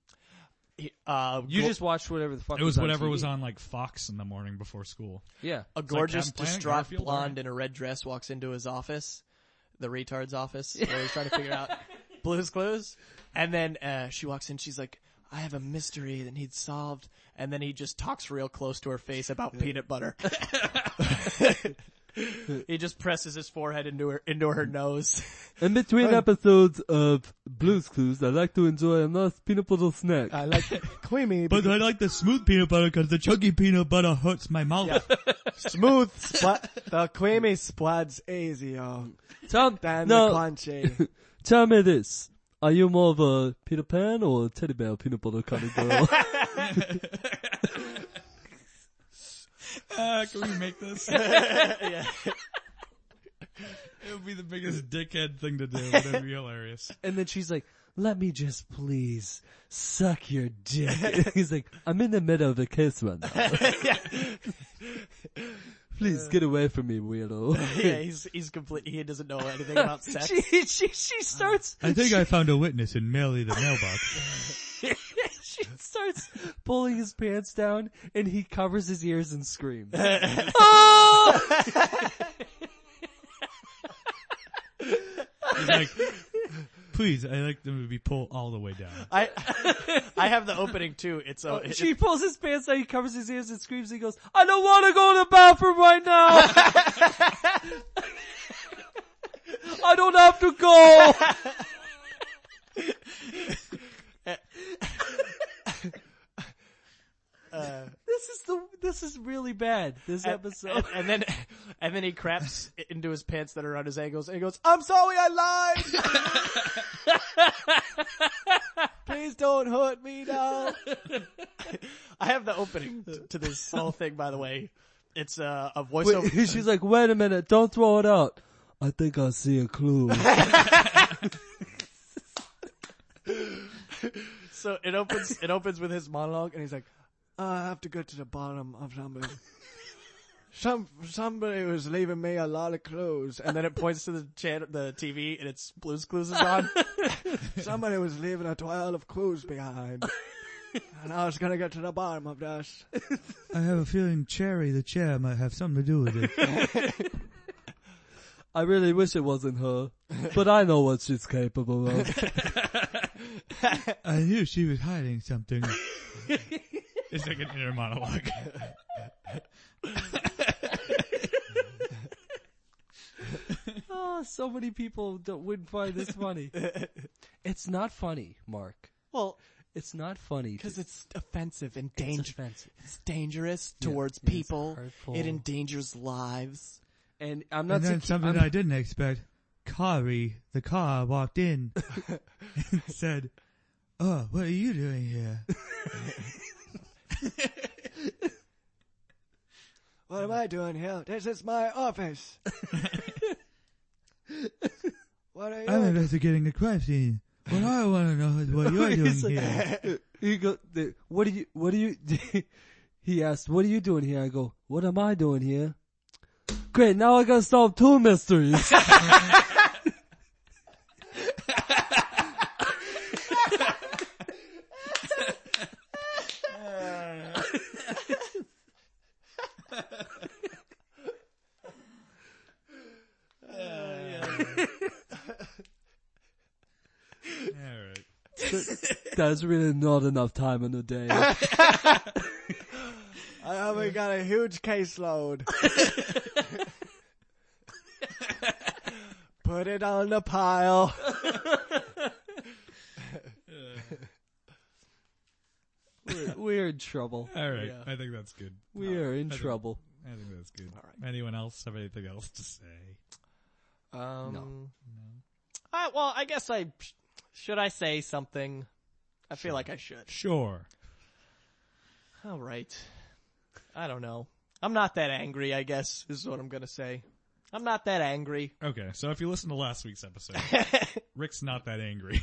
S3: uh,
S1: You
S3: glo-
S1: just watched whatever the fuck.
S2: it was
S1: on
S2: whatever
S1: TV.
S2: was on like Fox in the morning before school.
S1: Yeah,
S3: a gorgeous,
S2: Captain Planet,
S3: distraught
S2: Garfield,
S3: blonde
S2: alright.
S3: in a red dress walks into his office, the retard's office, where he's trying to figure out Blue's Clues. And then uh, she walks in. She's like, "I have a mystery that needs solved." And then he just talks real close to her face about peanut butter. he just presses his forehead into her into her nose.
S1: In between episodes of Blues Clues, I like to enjoy a nice peanut butter snack.
S3: I like creamy,
S2: But I like the smooth peanut butter because the chunky peanut butter hurts my mouth.
S3: smooth. Spl- the creamy splads easier
S1: Tom,
S3: crunchy.
S1: tell me this. Are you more of a Peter Pan or a teddy bear peanut butter kind of girl?
S2: Uh, can we make this? It would be the biggest dickhead thing to do. but It'd be hilarious.
S1: and then she's like, let me just please suck your dick. He's like, I'm in the middle of a kiss right now. please get away from me, weirdo.
S3: yeah, he's he's complete. He doesn't know anything about sex.
S1: she, she, she starts,
S2: I think I found a witness in Melly the mailbox.
S1: she starts pulling his pants down and he covers his ears and screams. oh!
S2: He's like, please, I like them to be pulled all the way down.
S3: I I have the opening too. It's a it's,
S1: She pulls his pants down, he covers his ears and screams, he goes, I don't wanna go to the bathroom right now! I don't have to go! this is the, this is really bad, this
S3: and,
S1: episode.
S3: and then and then he craps into his pants that are around his ankles and he goes, "I'm sorry, I lied. Please don't hurt me now." I have the opening t- to this whole thing. By the way, it's uh, a, a voiceover.
S1: she's like, wait a minute, don't throw it out. I think I see a clue.
S3: So it opens it opens with his monologue and he's like, I have to get to the bottom of somebody. Some somebody was leaving me a lot of clues, and then it points to the channel, the TV, and it's Blue's Clues is on. somebody was leaving a twelve of clues behind. And I was gonna get to the bottom of this.
S2: I have a feeling Cherry the chair might have something to do with it.
S1: I really wish it wasn't her, but I know what she's capable of.
S2: I knew she was hiding something. it's like an inner monologue.
S1: oh, so many people don't, wouldn't find this funny. it's not funny, Mark.
S3: Well,
S1: It's not funny.
S3: because it's offensive and dangerous.
S1: offensive.
S3: It's dangerous
S1: Yeah,
S3: towards
S1: it's
S3: people.
S1: hurtful.
S3: it endangers lives.
S1: and I'm not
S2: and then
S1: saying-
S2: something
S1: I'm-
S2: I didn't expect. Kari, the car, walked in and said, Oh, what are you doing here?
S3: What am I doing here? This is my office. what are
S2: I'm investigating a crime scene. What I want to know is what you're doing
S1: He's like-
S2: here.
S1: he go, the- what do you, what do you, he asked, what are you doing here? I go, what am I doing here? Great, now I gotta solve two mysteries.
S2: Alright.
S1: That's really not enough time in the day.
S3: I haven't got a huge caseload. Put it on the pile.
S1: We're, we're in trouble.
S2: Alright.
S3: Yeah.
S2: I think that's good.
S1: We are in
S2: think-
S1: trouble.
S2: I think that's good.
S3: Alright.
S2: Anyone else have anything else to say?
S3: Um, I, well, I guess I should I say something. I feel like I should.
S2: Sure.
S3: All right. I don't know. I'm not that angry. I guess is what I'm gonna say. I'm not that angry.
S2: Okay, so if you listen to last week's episode, Rick's not that angry.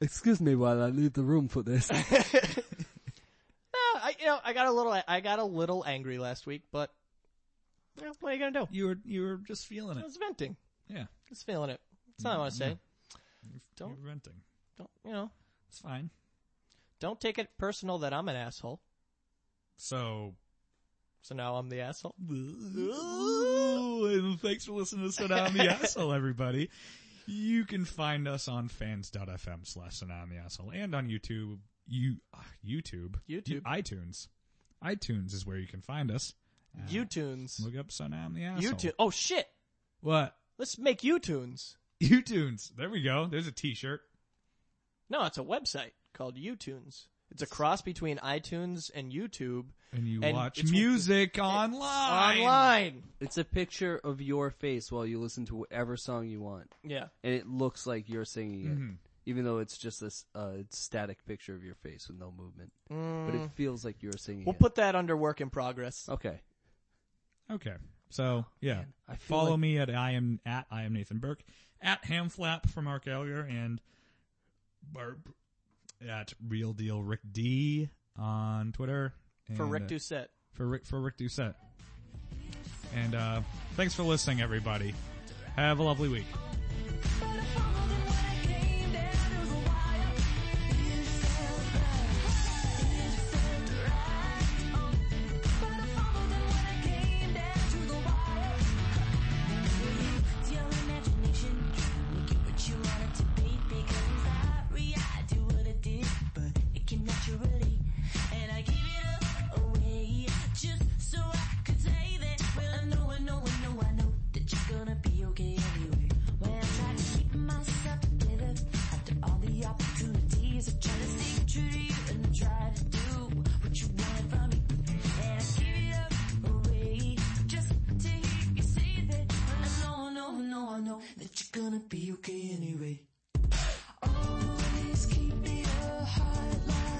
S1: Excuse me while I leave the room for this.
S3: No, I you know I got a little I got a little angry last week, but you know, what are you gonna do?
S2: you were you were just feeling
S3: I
S2: it. Mm-hmm.
S3: was venting,
S2: Yeah,
S3: just feeling it. That's all I want to say.
S2: you
S3: Don't
S2: were venting.
S3: don't you know?
S2: It's fine.
S3: Don't take it personal that I'm an asshole.
S2: So,
S3: So now I'm the asshole.
S2: Ooh, and thanks for listening to Sit on the Asshole, everybody. You can find us on fans.fm slash Sit on the Asshole and on YouTube. You uh, YouTube
S3: YouTube.
S2: iTunes. iTunes is where you can find us. Uh,
S3: U-tunes.
S2: Look up Sit on the Asshole.
S3: U-tune. Oh shit!
S2: What?
S3: Let's make U-tunes.
S2: YouTunes. There we go. There's a T-shirt.
S3: No, it's a website called U-tunes. It's a cross between iTunes and YouTube
S2: And you
S3: And
S2: watch
S3: it's-
S2: music online.
S3: online.
S1: It's a picture of your face while you listen to whatever song you want.
S3: Yeah.
S1: And it looks like you're singing
S3: Mm-hmm.
S1: it.
S2: Mhm.
S1: Even though it's just this uh, static picture of your face with no movement. But it feels like you're singing
S3: Mm. We'll
S1: it.
S3: put that under work in progress.
S2: Oh,
S1: okay.
S2: Okay. So yeah,
S1: Oh, I feel
S2: follow
S1: like-
S2: me at I am at I am Nathan Burke at Hamflap for Mark Ellier and Barb at Real Deal Rick D on Twitter
S3: For
S2: and,
S3: Rick
S2: uh,
S3: Doucette.
S2: for Rick for Rick Doucette. And uh, thanks for listening, everybody. Have a lovely week.
S4: Just so I could say that, well, I know, I know, I know, I know that you're gonna be okay anyway. When I try to keep myself together after all the opportunities, I try to stay true to you and I try to do what you wanted from me. And I give it up away just to hear you say that. Well, I know, I know, I know, I know that you're gonna be okay anyway. Always keep your heart light. Oh,